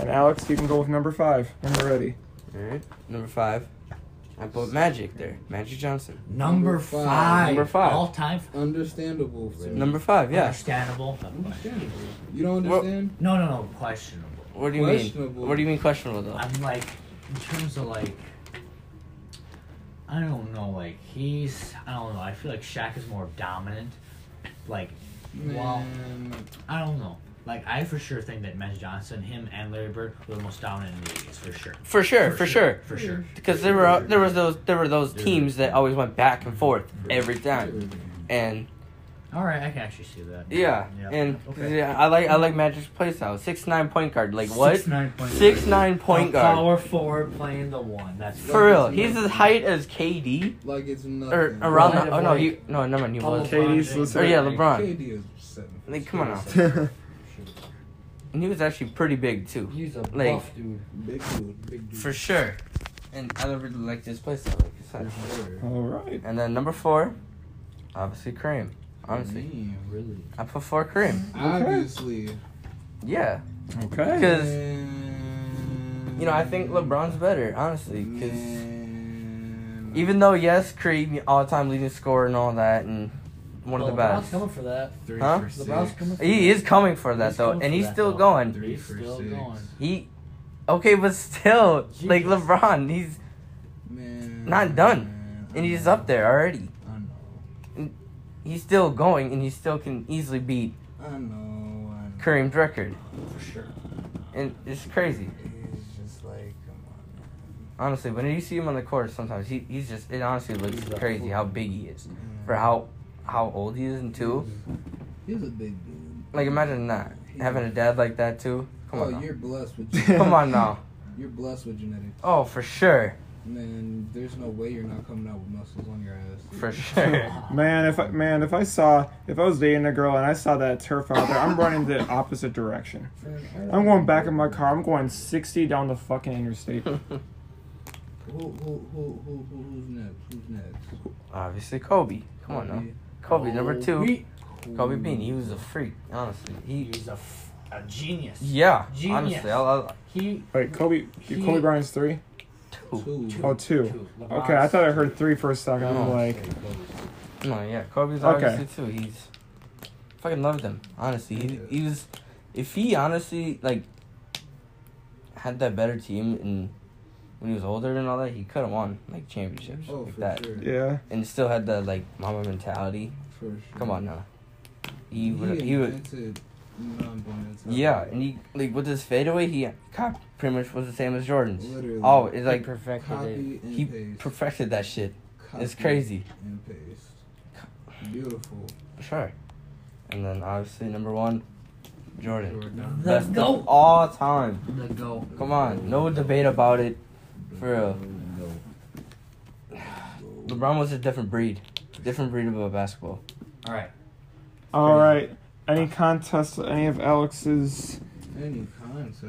And Alex, you can go with number five when you're ready.
All right, number five. I put Magic there. Magic Johnson.
Number
Number
five.
five.
Number five.
All time.
Understandable. to me.
Number five, yeah.
Understandable.
Understandable. You don't
Well-
understand?
No, no, no. Questionable.
What do you mean?
Questionable.
What do you mean questionable though?
I'm like, in terms of like, I don't know. Like he's, I don't know. I feel like Shaq is more dominant. Like, well,
Man,
I don't know. Like I for sure think that Magic Johnson, him and Larry Bird were the most dominant in the 80s for sure.
For sure, for sure.
For sure.
Because there were there was those there were those teams that always went back and forth every time, and
All right, I can actually see that.
yeah, and yeah, I like I like Magic's play style. Six nine point guard, like what?
Six nine point.
Six nine
A
point guard.
Power forward playing the one. That's
For real, he's as height as KD
Like it's nothing.
or around.
Kind
The,
of
oh no,
like-
you no never mind. He was.
Okay. Katie's
Or Oh, yeah, LeBron.
KD is seven.
Like come on now, and he was actually pretty big too,
He's a
Like-
buff dude.
Big dude. Big dude.
for sure. And I really like this play style, like you said.
sure.
All right.
And then number four, obviously Kareem. Honestly,
Man, really.
I put four Kareem.
Obviously.
Yeah.
Okay.
Because
Mm.
you know, I think LeBron's better, honestly. Because
Man.
even though yes, Kareem all-time leading scorer and all that, and one of the best.
coming for that.
three
huh?
for six.
LeBron's coming for
He is coming for that
He's
though,
coming
and
for
he's
that,
still
though.
going.
Three
He's
for
still
six.
going.
He, okay, but still, like
Jesus.
LeBron, he's
Man.
Not done. and he's up there already.
Mm. I know.
He's still going, and he still can easily beat
I know. I know.
Kareem's record,
For sure.
and it's crazy.
It's just like, come on.
Honestly, when you see him on the court, sometimes he, he's just it honestly looks
He's a
crazy
fool.
how big he is
man.
for how how old he is and too.
He's a big dude.
Like imagine that having a dad like that too. Come on,
oh,
now.
you're blessed with.
come on now.
You're blessed with genetics.
Oh, for sure,
Man, there's no way you're not coming out with muscles on your ass.
for sure.
Man, if I, man, if I saw if I was dating a girl and I saw that turf out there, I'm running the opposite direction. I'm going back in my car. I'm going 60 down the fucking interstate.
Who, who, who, who, who, who's next? Who's next?
Obviously, Kobe. Come on now, Kobe number
Oh,
two. Kobe Bean, he was a freak. Honestly, he.
He's a, f- a genius.
Yeah,
Genius.
honestly, I, I,
He
Wait, Kobe.
He-
Kobe Bryant's three.
two.
Two.
Oh, two.
Two. LeBron's
Okay, I thought I heard three for a second. I'm
Oh.
No.
like,
No, yeah, Kobe's
Okay.
obviously too. He's fucking loved him. Honestly, he, he was. If he honestly like had that better team and when he was older and all that, he could have won like championships
Oh,
like
for
that,
sure.
yeah.
and still had that like mama mentality.
For sure.
Come on now. He would. He would.
invented non-bonus.
Yeah, and he like with his fadeaway, he cop pretty much was the same as Jordan's.
Literally.
Oh, it's like
Copy and
he
paste.
perfected that shit.
Copy
It's crazy.
And paste. Beautiful.
Sure. And then obviously number one, Jordan,
Jordan.
The
best
goat.
of all time.
the go.
Come on, no debate about it. For real, LeBron was a different breed, different breed of a basketball.
All right.
All right. Any contest? Any of Alex's
Any contest.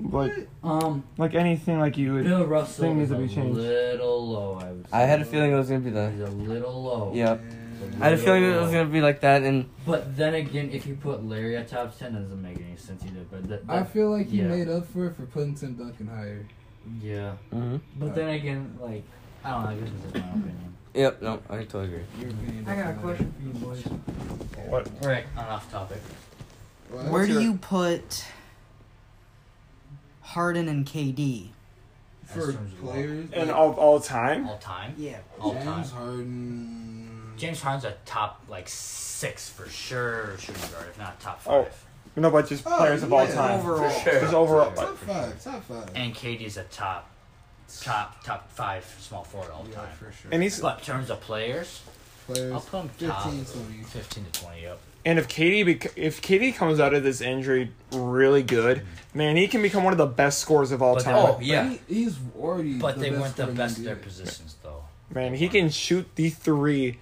like
Um,
like anything like you would.
Bill Russell
Thing
is
needs
a
to be changed.
little low. I, would say.
I had a feeling it was gonna be that.
He's a little low.
Yeah,
And
I had a feeling it was gonna be like that, and
But then again, if you put Larry at top ten, that doesn't make any sense either. But that,
I
that-
feel like he
Yeah.
made up for it for putting Tim Duncan higher.
yeah.
mm-hmm.
But then again, like I don't know. I guess this is my opinion.
yep, no, I totally agree.
You're being
I got a
dumb.
question for you boys.
What?
All right, on off topic.
Well,
Where
that's
do
your-
you put Harden and KD?
for
terms of
players?
And
like
of all time.
All time.
Yeah.
All time.
James Harden.
James Harden's a top like six for sure shooting guard, if not top
Oh.
five.
No, but just
Oh,
players of all
yeah,
time.
overall.
For sure.
Just overall.
Top five. Top five.
And KD's a top, top, top five small forward all
yeah,
time.
for sure.
And he's
But in terms of players,
players.
I'll put him
15,
top
20.
15 to 20 up.
And if Katie bec- if Katie comes out of this injury really good, man, he can become one of the best scorers of all
But
time.
oh,
Oh yeah,
He- he's already.
But they weren't the
scorer in
best at their
NBA.
positions though.
man, he can shoot the three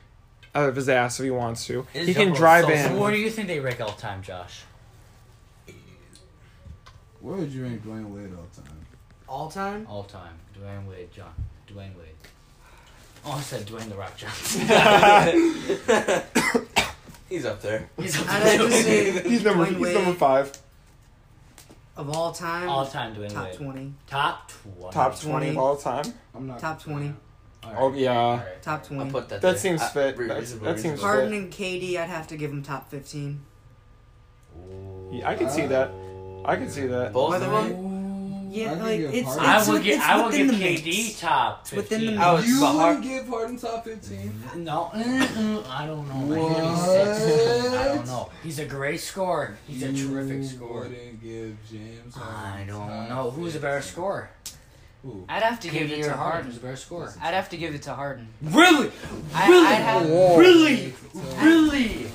out of his ass if he wants to.
His
he can
jumper
drive
was so
in.
Where do you think they rank all time, Josh?
Where would you rank Dwayne Wade all time?
All time?
All time, Dwayne Wade, John, Dwayne Wade. Oh, I said Dwayne the Rock Johnson.
he's up there.
I'd have to say
He's number
Dwayne
he's
Wade
number five.
of all time.
all time Dwayne
Top
Wade.
twenty.
Top 20.
Top twenty of all time.
I'm not.
Top twenty.
Oh yeah.
Top
I'll
20.
put that.
That
there.
seems
Uh,
fit.
re-
That's-
reasonable,
that seems
reasonable.
fit.
Harden and KD, I'd have to give them top 15.
Yeah, I can see that. I can see that.
Both
Whether
of
one-
them.
Yeah,
I think
like
you're
it's, it's,
Harden.
I would
with-
get
it's
I would
within
get
the
KD
mix.
top.
It's within
15.
the
Oh, it's
You
but
wouldn't
hard.
give Harden top 15.
No, uh, uh, I don't know. man.
What?
He's- I don't know. He's a great scorer. He's a terrific
You
scorer.
wouldn't give James
I
Harden
don't
top
know who's a better scorer.
Who?
I'd have to give
KD
it
or
to
Harden?
Harden.
Who's a better scorer?
I'd have to give it to Harden.
Really,
I-
really,
I'd have-
really, really.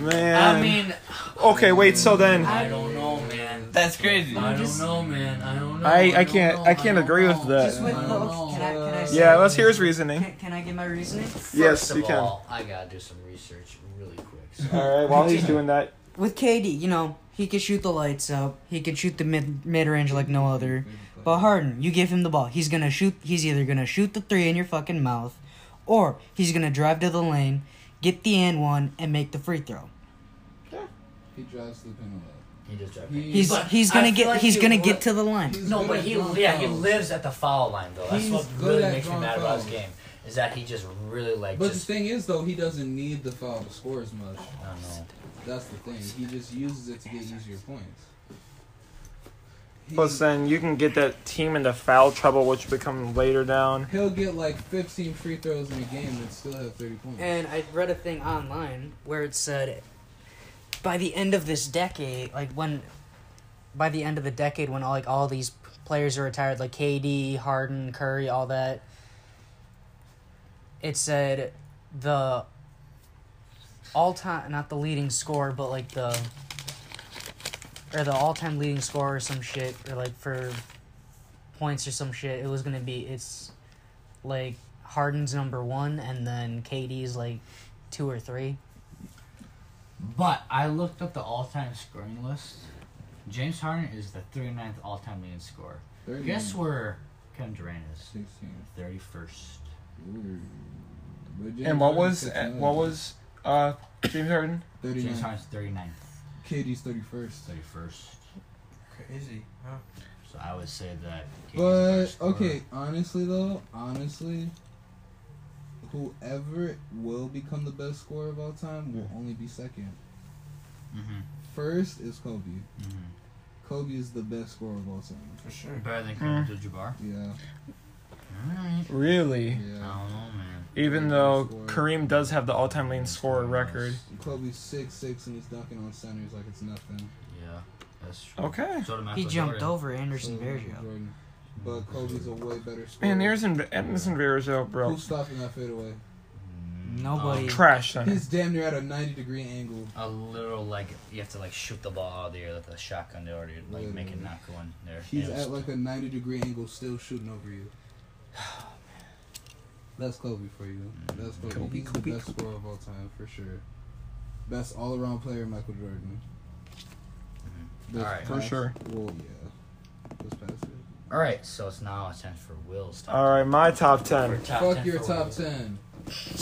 Man.
I mean,
okay, wait. So then, I,
I don't know, man.
That's crazy.
I don't know, man. I don't know.
I
don't
can't
know.
I can't
don't
agree with
know.
that.
Just wait,
I don't
look,
know.
can I, can I say-
Yeah, let's hear his reasoning.
Can, can I give my reasoning?
Yes,
First of
you can.
all, I gotta do some research really quick. So.
All right. While he's doing that,
With KD, you know, he could shoot the lights up. He could shoot the mid mid range like no other. But Harden, you give him the ball. He's gonna shoot. He's either gonna shoot the three in your fucking mouth, or he's gonna drive to the lane, get the and one, and make the free throw.
He drives the penalty.
He just drives
He-
me.
He's
But
he's
I
gonna
feel
get
like
he's
he
gonna
would-
get to the line.
He's
No,
good
but
at
he
drawing
yeah he
fouls.
lives at the foul line though. That's
He's
what
good
really
at
makes me
drawing
mad about his
fouls.
game is that he just really like
But the
just
thing is, though, he doesn't need the foul to score as much.
I don't know.
That's the thing. He just uses it to get easier points. He-
plus then you can get that team into foul trouble, which will become later down.
He'll get like 15 free throws in a game and still have 30 points.
And I read a thing online where it said by the end of this decade, like when by the end of the decade when all like all these p- players are retired like KD, Harden, Curry, all that it said the all-time not the leading scorer but like the or the all-time leading scorer or some shit or like for points or some shit it was going to be it's like Harden's number 1 and then KD's like 2 or 3
But I looked up the all-time scoring list. James Harden is the 39th all-time leading scorer.
30
Guess where Kevin Durant is?
16.
31st.
Ooh. But James
And what
Harden's
was
69.
what was uh James Harden?
James
39.
Harden's 39th,
KD's 31st.
31st.
Crazy. Huh?
So I would say that. KD's the
But
best scorer.
okay, honestly though, honestly, whoever will become the best scorer of all time will only be second.
Mhm.
First is Kobe.
Mhm.
Kobe is the best scorer of all time.
For sure.
Better
Mm.
than Kareem Abdul-Jabbar.
Yeah,
Alright.
Really?
I
yeah.
don't know, man.
Even though Kareem does have the all-time leading scorer record.
Kobe's six six and he's dunking on centers like it's nothing.
Yeah, that's true.
Okay.
So did
He
Michael
jumped
Jordan.
over Anderson
So,
Varejao.
Jordan. But Kobe's a way better scorer.
Man, there's an Anderson Varejao, bro.
Who's stopping that fadeaway? Oh,
Nobody.
Trash center.
He's damn near at a ninety degree angle.
A little like you have to like shoot the ball out of the air with a shotgun to already like make it not go in there.
Mm-hmm. He's
Yeah,
at like a 90 degree angle, still shooting over you. That's Kobe for you.
Mm,
That's Kobe.
Kobe,
He's
Kobe,
the best scorer of all time for sure. Best all around player, Michael Jordan. Best
Mm-hmm. Alright.
For sure.
Well, yeah. Best passer.
All right, so it's now it's time for Will's top.
All right, my top
For
10.
top
Fuck
10
your
for
top
Will.
ten.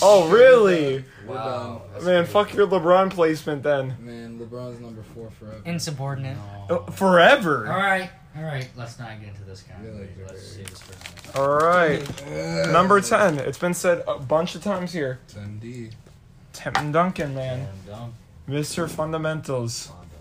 Oh, really?
Wow, that's
Man,
crazy.
fuck your LeBron placement then.
Man, LeBron's number four forever.
Insubordinate.
Uh,
No. All
Forever.
right, all right. Let's not get into this kind of.
Really
debate. Let's
great.
save this for another.
All right. Number 10. It's been said a bunch of times here.
Ten D.
Tim Duncan, man.
And don't
Mr. Fundamentals.
bother to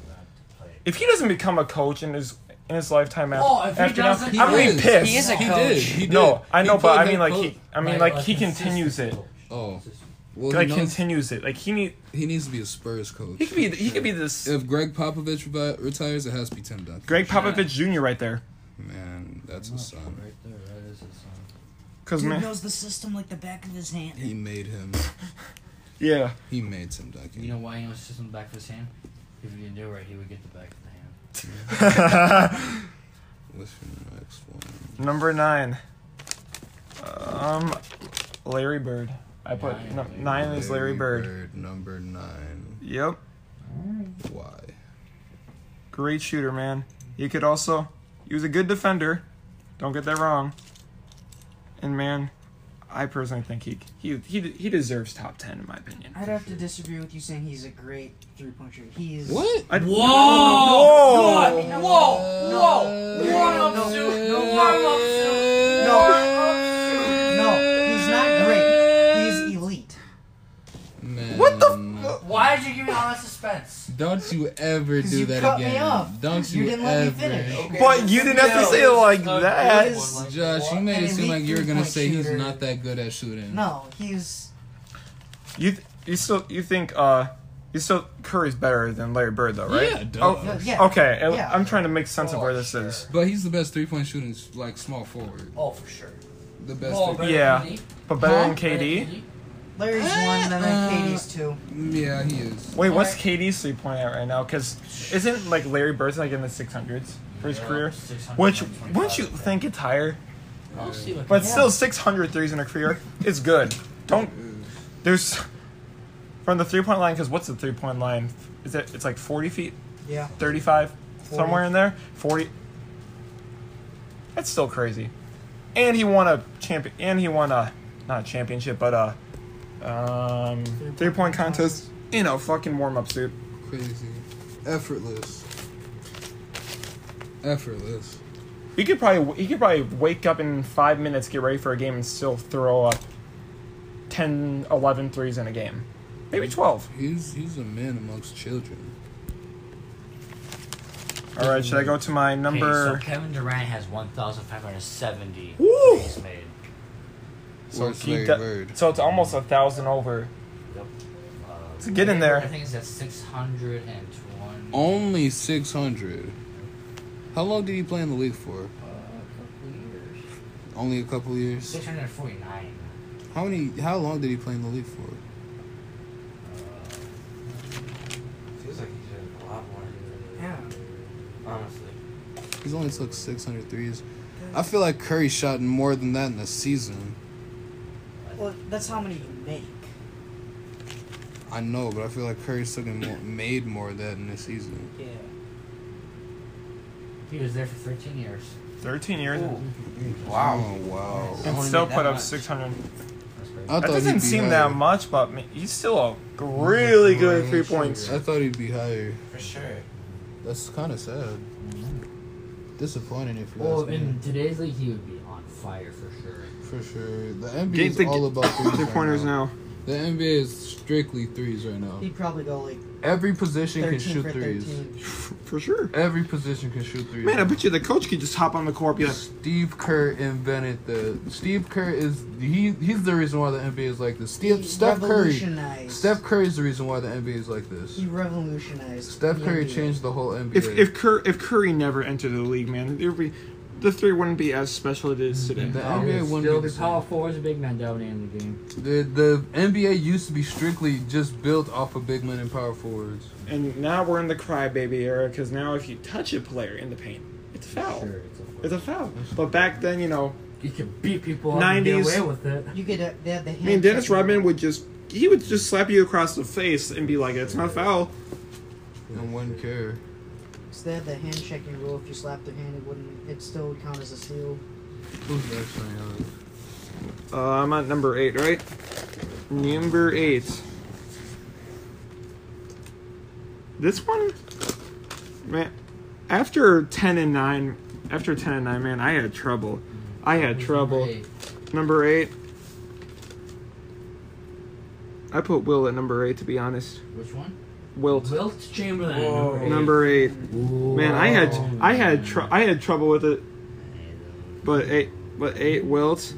play.
If he doesn't become a coach in his in his lifetime after,
Oh, if he
after now,
doesn't- He
I'm gonna be
is.
pissed.
He is a
He
coach.
did. He did.
no, I
He
know, but I
played
mean,
that
like he,
coach.
I mean, like
a
he continues
consistent
it,
coach.
Oh.
Consistent.
Well,
like
he, knows-
continues it. Like he need,
he needs to be a Spurs coach.
he could be, he could be this
If Greg Popovich revi- retires, it has to be Tim Duncan.
Greg Popovich Jr. right there.
Man, that's his son.
Right there, that is his son.
Cause man,
knows the system like the back of his hand.
He made him.
yeah,
He made Tim Duncan.
You know why he knows it's just in the back of his hand? If he didn't do it right, he would get the back of the hand.
What's your next one?
number nine. Um, Larry Bird. I put
Nine.
num- nine is Larry Bird.
Number nine.
Yep,
Why?
great shooter, man. He could also, he was a good defender. Don't get that wrong. And man, I personally think he he he, he deserves top ten in my opinion.
I'd have to disagree with you saying he's a great three point shooter. He is.
I-
Whoa!
Whoa!
Whoa! Whoa! Warm up suit! Warm up suit!
No, he's not
Why'd you give me all that suspense?
Don't you ever
'Cause
do
you
that
cut me
again.
off.
Don't
You
you,
didn't let me
ever.
finish. Okay.
But you didn't have to say it like that.
Josh, you made
And
it seem
elite
like you were gonna
three-point
say he's
shooter.
not that good at shooting.
No, he's.
You th- you still you think uh you still Curry's better than Larry Bird though, right?
Yeah, duh.
Oh,
Yeah.
Okay, I-
Yeah.
I'm trying to make sense of where this
sure.
is.
But he's the best three point shooting like small forward.
Oh, for sure.
The best.
Oh,
three-
better
Yeah.
than KD?
But better
Huh?
than
Better
KD.
than Larry's one, and
Uh,
then KD's two.
yeah, he is.
Wait, what's
Alright.
KD's three point at right now? Because isn't like Larry Bird's like in the 600s for his
Yeah,
career?
600,
Which
125,
wouldn't you
yeah.
think it's higher?
I'll see what
But
Yeah.
still, 600 threes in a career is good. Don't there's from the three point line because what's the three point line? Is it it's like 40 feet,
Yeah.
35, somewhere in there, 40. That's still crazy. And he won a champion. And he won a not a championship, but a um, three point contest in a fucking warm up suit.
Crazy, effortless, effortless.
He could probably he could probably wake up in five minutes, get ready for a game, and still throw up 10, 11 threes in a game, maybe
Mm-hmm.
twelve.
He's he's a man amongst children.
All right, should I go to my
Okay,
number?
so Kevin Durant has 1,570
Woo!
threes made.
So
he do- so it's almost a thousand over. So get in
I
there.
think it's at 620.
Only six hundred. How long did he play in the league for?
uh, couple years.
Only a couple years.
649.
How many? How long did he play in the league for?
Feels like he did a lot more.
Yeah.
Honestly.
He's only took 600 threes. I feel like Curry shot more than that in a season.
Well, that's how many you make.
I know, but I feel like Curry's took and more, made more of that in a season.
Yeah.
He was there for 13 years.
Thirteen years.
Wow. Oh, wow.
and
Only
still
that
put up
much.
600.
That's crazy.
I
That
thought he'd be
doesn't seem
higher.
that much, but man, he's still a really good three points.
I thought he'd be higher.
For sure.
That's kind of sad.
Mm-hmm.
Disappointing if you
Well,
ask me.
in today's league, he would be on fire for sure.
For sure. The NBA
Get
is
the-
all about threes.
Three
right
pointers now.
The NBA is strictly threes right now.
He'd probably go like
Every position can
13
shoot
for
threes.
13.
For sure.
Every position can shoot threes.
Man, I bet you the coach could just hop on the court. Be like,
Steve Kerr invented the. Steve Kerr is he? He's the reason why the NBA is like this.
He
Steve, Steph Curry.
revolutionized.
Steph Curry is the reason why the NBA is like this.
He revolutionized.
Steph
the
Curry
NBA.
changed the whole NBA.
if if Curry if Curry never entered the league, man, there'd be the three wouldn't be as special as it is today.
the NBA wouldn't
still
be
the
the
power forwards, big men dominating the game.
same. The, the NBA used to be strictly just built off of big men and power forwards.
And now we're in the crybaby era because now if you touch a player in the paint, it's a foul.
Sure, it's a
It's a foul. But back then, you know,
You can beat people up and get
90s.
away with it.
You could. uh, They had the.
I mean, Dennis Rodman would just he would just slap you across the face and be like, "It's not foul."
Oh,
And wouldn't care.
So they had the hand checking rule. If you slapped their hand, it wouldn't. It still would count as a steal.
Ah,
Who's next on your list?
Uh, I'm at number eight, right? Number eight. This one, man. After ten and nine, after ten and nine, man, I had trouble. I had trouble.
Hey,
Number eight. I put Will at number eight. To be honest,
Which one?
Wilt.
Wilt Chamberlain.
Number eight.
Whoa.
Man, I had I had tr- I had trouble with it, but eight but eight wilt.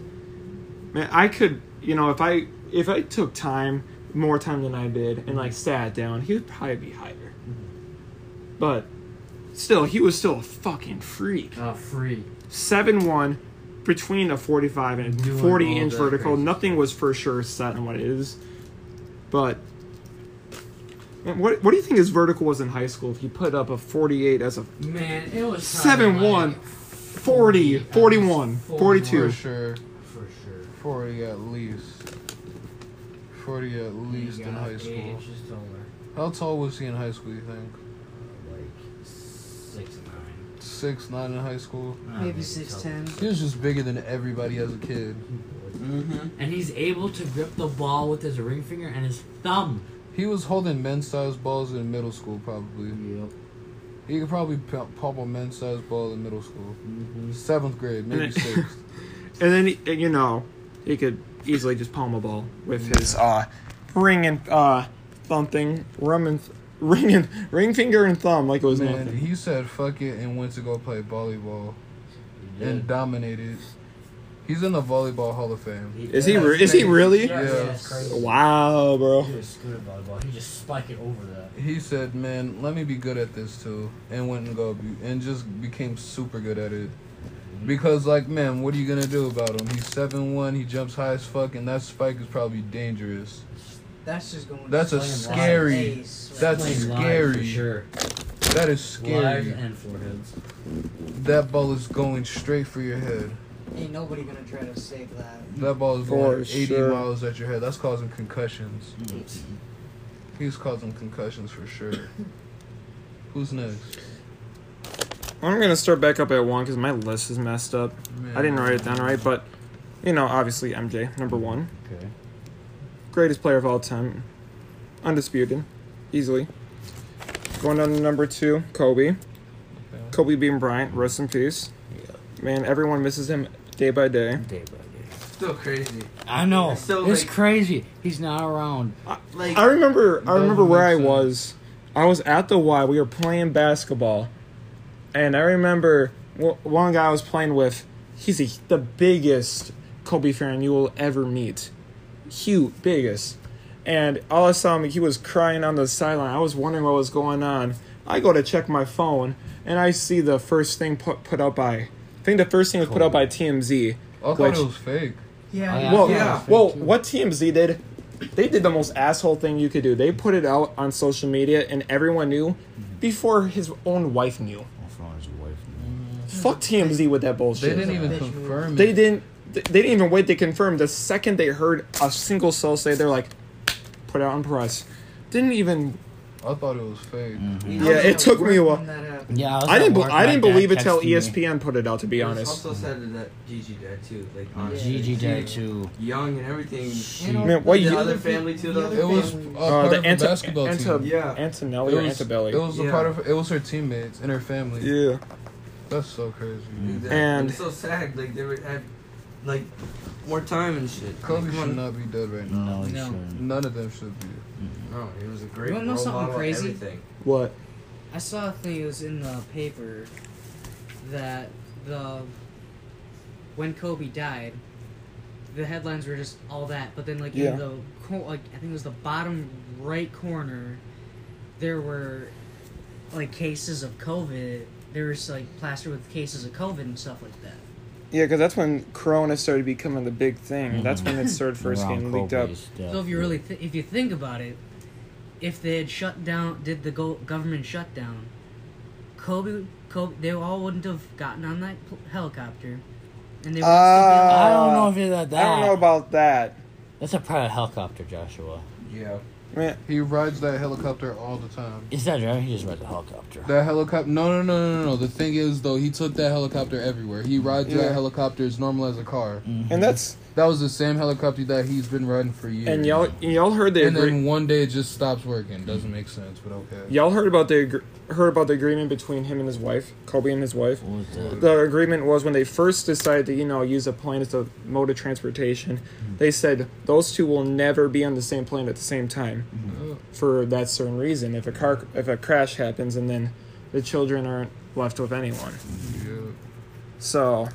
Man, I could you know if I if I took time more time than I did and like sat down, he would probably be higher. But still, he was still a fucking freak.
Uh, free.
Seven one between a forty five and
Doing
forty
all
inch
that
vertical.
crazy
Nothing was for sure set on what it is, but. man, What, what do you think his vertical was in high school? If he put up a 48 as a
Man, it was
Seven,
probably
one,
like
40, 41, 42.
For sure.
for sure.
40 at least. 40 at least
He
in
got
high
eight
school.
inches taller,
How tall was he in high school, you think?
like six nine.
Six, nine in high school?
Uh,
Maybe
maybe
six
so.
ten.
He was just bigger than everybody as a kid.
And he's able to grip the ball with his ring finger and his thumb.
He was holding men's sized balls in middle school, probably.
Yep.
He could probably p- pop a men's sized ball in middle school.
Mm-hmm.
Seventh grade, maybe
And it-
sixth.
And then he- and, you know he could easily just palm a ball with his uh, ring and uh, thumping, rum and th- ring and ring finger and thumb like it was
Man,
nothing.
he said fuck it and went to go play volleyball and dominated. He's in the Volleyball Hall of Fame.
Is he re- is he really?
Yeah.
Yes. Yes.
Wow, bro.
He was screwed at volleyball. He just spiked it over that.
He said, "Man, let me be good at this too," and went and go be- and just became super good at it. Because like, man, what are you gonna do about him? He's seven one. He jumps high as fuck, and that spike is probably dangerous.
That's just going.
That's a scary. That's
Playing live for
scary.
sure.
That is
Live
scary.
and foreheads.
That ball is going straight for your head.
Ain't nobody gonna try to save that.
That ball is
For
going 80
sure.
miles at your head. That's causing concussions. He's causing concussions for sure. Who's next?
I'm gonna start back up at one because my list is messed up. I didn't write it down right, but you know, obviously MJ, number one,
Okay.
greatest player of all time, undisputed, easily. Going down to number two, Kobe. Kobe Bean Bryant, rest in peace. Man, everyone misses him day by day.
Day by day.
Still crazy.
I know.
It's so,
it's
like-
crazy. He's not around.
Like
I remember I
Doesn't
remember where I
make sense.
was. I was at the Y. We were playing basketball, and I remember w- one guy I was playing with. He's the, the biggest Kobe fan you will ever meet. Huge, biggest. And all I saw him, he was crying on the sideline. I was wondering what was going on. I go to check my phone, and I see the first thing put put out by. I think the first thing was put out by TMZ.
I thought
Which-
it was fake.
Oh,
Yeah.
yeah.
Well,
Yeah.
well, what TMZ did, they did the most asshole thing you could do. They put it out on social media, and everyone knew before his own wife knew. Fuck TMZ with that
They
bullshit.
didn't even
Bitch move.
confirm
They
it.
didn't. They didn't even wait. They confirmed the second they heard a single soul say, they're like, put it out on press. Didn't even.
I thought it was fake.
Mm.
Mm-hmm.
Yeah, it took me a while.
Yeah, was
I
at
didn't. be-
work, my
I didn't
dad
believe it till E
texted me.
ESPN put it out. To be
It was
honest,
Also said that Gigi died too. Like
Uh,
honestly,
Gigi Day too.
young and everything.
man, what
the
you-
other family too.
the
Though.
other
It was uh,
Uh,
part
the
of
anti-
the basketball
anti-
team.
yeah.
Antonelli
It
or
was, it
Antebelly.
was a
Yeah.
part of. It was her teammates and her family.
Yeah.
That's so crazy.
Mm.
Exactly.
And-
it's so sad. Like they were at like more time and shit.
Kobe
like,
should not be dead right now.
No, he
No.
shouldn't.
None of them should be.
No, it was a great.
You wanna know
role
something
model and
crazy?
Everything.
What?
I saw a thing. It was in the paper that the when Kobe died, the headlines were just all that. But then, like
Yeah.
in the co- like I think it was the bottom right corner, there were like cases of COVID. There was like plastered with cases of COVID and stuff like that.
Yeah, because that's when Corona started becoming the big thing. That's when it started first
Around
getting leaked up.
Kobe's death.
So if you really th- if you think about it, if they had shut down, did the go- government shutdown, Kobe, Kobe, they all wouldn't have gotten on that pl- helicopter, and they would
Ah.
I don't know if you're that.
I don't know about that.
That's a private helicopter, Joshua.
Yeah.
Man,
He rides that helicopter all the time.
Is that right? He just rides a helicopter.
That helicopter? No, no, no, no, no. The thing is, though, he took that helicopter everywhere. He rides
Yeah.
that helicopter as normal as a car.
and that's
That was the same helicopter that he's been riding for years.
and y'all y'all heard the
And
agree-
then one day it just stops working. Doesn't make sense, but okay.
y'all heard about the agr- heard about the agreement between him and his wife, Kobe and his wife.
What was that?
The agreement was when they first decided to you know use a plane as a mode of transportation.
Mm-hmm.
They said those two will never be on the same plane at the same time
Oh,
for that certain reason. If a car if a crash happens and then the children aren't left with anyone.
Yeah.
So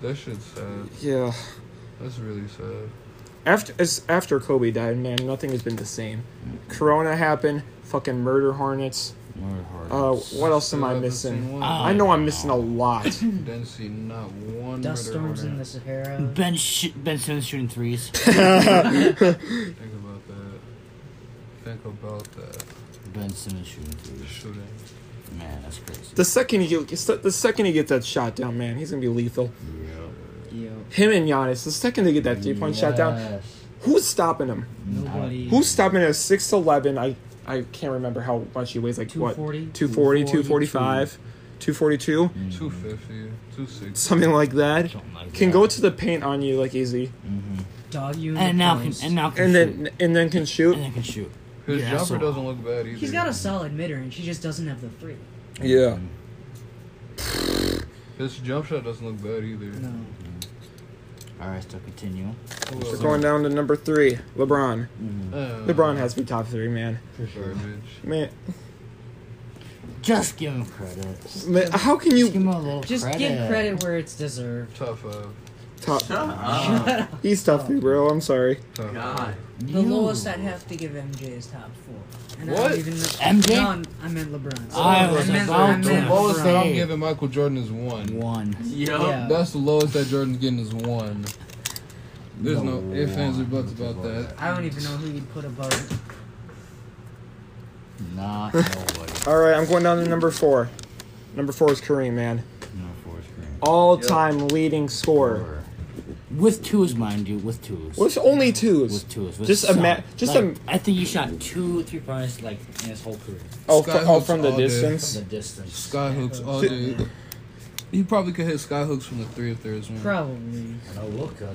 That shit's sad.
yeah.
That's really sad.
After it's after Kobe died, man, nothing has been the same.
Mm.
Corona happened, fucking murder hornets.
Lord Hornets.
Uh, what else am
Still
I
haven't
missing?
seen one.
Ah.
I know I'm missing a lot.
Didn't see not one.
dust
murder
storms in
hornet.
the Sahara.
Ben sh- Ben Simmons shooting threes.
Think about that. Think about that.
ben Simmons shooting threes.
Shooting.
Man, that's crazy.
The second he get, the second he gets that shot down, man, he's gonna be lethal.
Yo,
Him and Giannis, the second they get that three point shot down,
Yes.
who's stopping him?
nobody.
Who's stopping a six eleven? I I can't remember how much he weighs. Like what?
240?
240, 245, 242,
Mm.
250, 260.
something like that.
Something like
Can
that.
go to the paint on you like easy,
dog you? in
And
the
now can
post.
and now can
and
shoot.
then and then can shoot.
and then can shoot.
His
Yeah,
jumper
so-
doesn't look bad either.
he's got a solid mitter, and she just doesn't have the three.
Yeah.
His jump shot doesn't look bad either.
No,
All right, so continue.
We're going down to number three, LeBron.
Uh.
Uh,
LeBron has to be top three, man. Man,
Just give him credit.
man how can
Just give
you
him a little
Just
credit.
give credit where it's deserved.
Tough uh, of.
top?
Oh,
He's top three, bro. I'm sorry.
God.
The
You.
lowest I'd have to give MJ is top four. And I
What?
don't even know.
MJ?
No, I meant LeBron.
I was
meant-
about
I
to-
The
meant
lowest that I'm
Right.
giving Michael Jordan is one.
One.
Yo.
Yeah.
That's the lowest that Jordan's getting is one. There's no, ifs, ands, or buts about that.
I don't even know who you'd put above.
Not nobody.
All right, I'm going down to number four. Number four is Kareem, man.
No four screen.
All-time leading scorer
With twos, mind you, with twos.
with only twos.
with twos. With
Just
some.
ima- just
like,
im-
I think he shot two three pointers like in his whole career
Oh,
Sky
fr- oh,
hooks
from the
all day.
distance.
from the distance.
Skyhooks all day. You probably could hit skyhooks from the three if there's one.
Probably.
And I look at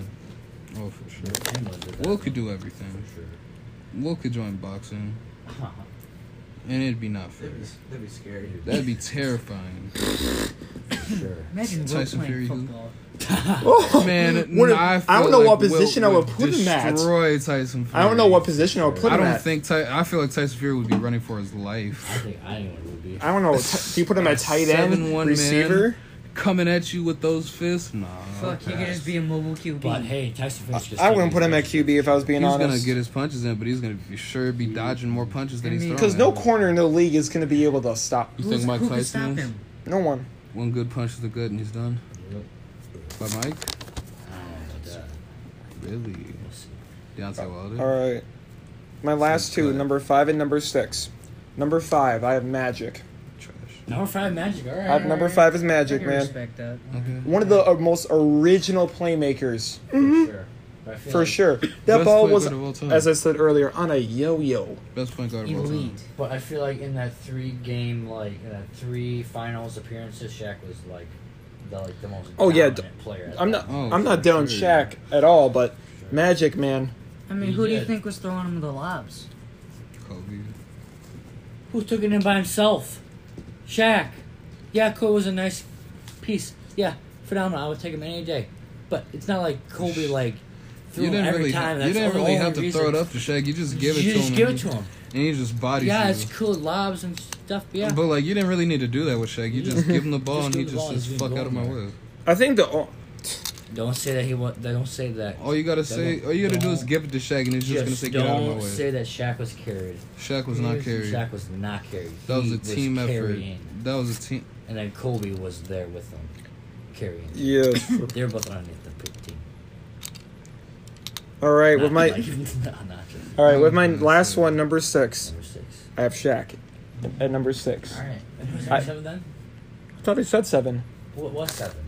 Oh, for sure.
him with it.
Will could do everything. Will could join boxing, and it'd be not fair.
That'd be scary.
That'd be terrifying.
Imagine Will
Tyson
playing
Fury, who-
football.
Oh,
Man,
what if-
I,
I
feel
don't know
like
what
Wilt
position I would put him at.
destroy Tyson Fury.
I don't know what position I'll put
I
him
don't
at.
think Ty- I feel like Tyson Fury would be running for his
I
life,
think anyone would be.
I don't know. T- do you put him at tight end,
7-1 man.
receiver?
coming at you with those fists. Nah,
Fuck, he could just be a mobile QB.
But hey, Tyson Fury's just.
I wouldn't put him at QB if I was being
he's gonna
honest.
get his punches in, but he's gonna be sure be dodging more punches than he's throwing.
Because no
at him.
corner in the league is going to be able to stop.
You
Who's-
think Mike
who could
Tyson
stop
is?
him?
No one.
One good punch to the gut and he's done. By Mike, really? Deontay Wilder.
Uh, All right. My last two,
Right.
number five and number six. Number fiber I have Magic.
Trash.
Number five Magic. All right.
I have number five is
I
Magic,
can
man.
respect that.
Okay.
One of the uh, most original playmakers,
for sure. But I feel
Mm-hmm. for
like-
sure.
Best
That ball
point
was,
guard of all time.
as I said earlier, on a yo-yo.
Best point guard of all time.
Elite.
But I feel like in that three game, like in that three finals appearances, Shaq was like the like the most.
Oh, yeah,
dominant player. at
I'm
that
not,
Oh,
I'm not
for
down
sure.
Shaq at all, but Magic, man.
I mean,
He
who do you
did.
think was throwing him the lobs?
Kobe.
Who took it in by himself? Shaq. Yeah, Kobe was a nice piece. Yeah, phenomenal. I would take him any day. But it's not like Kobe like threw
You
him
didn't
every
really,
time.
you
That's
didn't
the
really
only
have to
reason.
throw it up to Shaq. You just give it
you
to
just
him.
give
and
it to him.
he- And he just bodies
Yeah,
you.
it's cool lobs and stuff. But yeah,
But like, you didn't really need to do that with Shaq. You just give him the ball
Just
and
give
he
the
just
ball and
says,
he's
"Fuck
gonna
out of my
go
way."
I think the o-
don't say that he was. Don't say that.
All you gotta say, all you gotta do is
Don't-
give it to Shaq, and Oh, he's just, gonna say, "Get
don't
out of my way."
say that Shaq was carried.
Shaq was not carried.
Shaq was not carried.
that was
He
a team effort.
carrying.
That was a team.
And then Kobe was there with them, carrying.
yeah.
They were both underneath the poop team.
All right, with
Not
my
like- not- not just
all right with my last one, number six.
number six.
I have Shaq at number six.
All right. And who's
I-
number seven then?
I thought I said seven.
What was seven?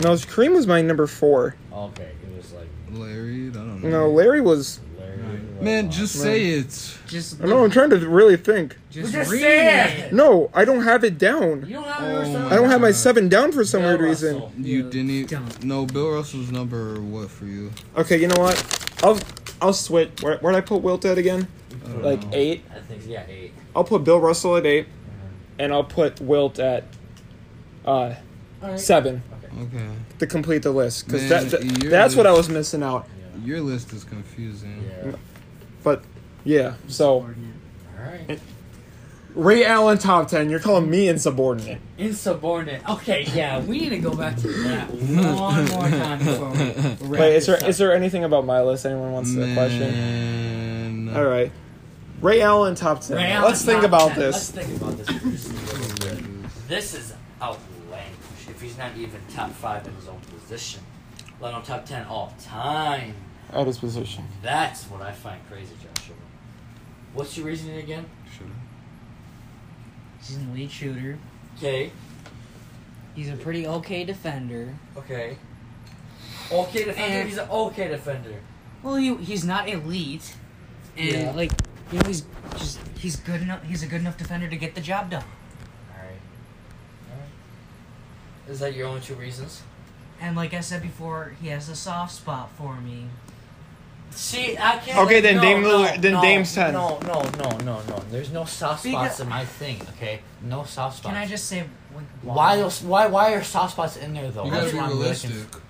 No, Kareem was my number four.
Oh, okay, it was like
Larry, I don't know.
No, Larry was.
Larry.
Man,
Lamar.
just say it.
Just,
No, I'm trying to really think.
just,
Well, just
read
say
it.
No, I don't have it down.
You don't have
Oh
your seven.
my
I don't have my
God.
seven down for some
Bill
weird
Russell.
reason.
You
Yeah,
didn't. e-
don't.
No, Bill Russell's number. What for you?
Okay, you know what? I'll I'll switch. Where where'd I put Wilt at again?
I don't
Like
know.
eight.
I think yeah, eight.
I'll put Bill Russell at eight, and I'll put Wilt at uh seven
Okay.
to complete the list because
Man,
that, that-
you're
that's what I
the-
was missing out.
Your list is confusing.
Yeah.
But yeah, so
All right.
Ray Allen top ten. You're calling me insubordinate.
Insubordinate. Okay, yeah, we need to go back to that one more time before we wrap
Wait,
this
is there
up.
is there anything about my list anyone wants to question?
Man.
All right, Ray Allen top ten.
Ray Allen's
Let's think
not
about
ten. Let's
this.
think about this. for just a little bit. This is outlandish. If he's not even top five in his own position, let alone top ten all time.
At his position.
That's what I find crazy, Joshua. What's your reasoning again?
He's an elite shooter.
Okay.
He's a pretty okay defender.
Okay. Okay defender.
And-
He's an okay defender.
Well, he, he's not elite, and
Yeah.
like you know, he's just he's good enough. He's a good enough defender to get the job done.
All right. All right. Is that your only two reasons?
And like I said before, he has a soft spot for me.
See, I can't.
Okay,
like,
then
no,
Dame
no,
Lillard- then
no,
Dame's 10.
No, no, no, no, no. There's no soft spots
Because-
in my thing. Okay, no soft spots.
Can I just say
Why those? Why why are soft spots in there though?
You gotta
That's
be
what I'm really
realistic.
conf-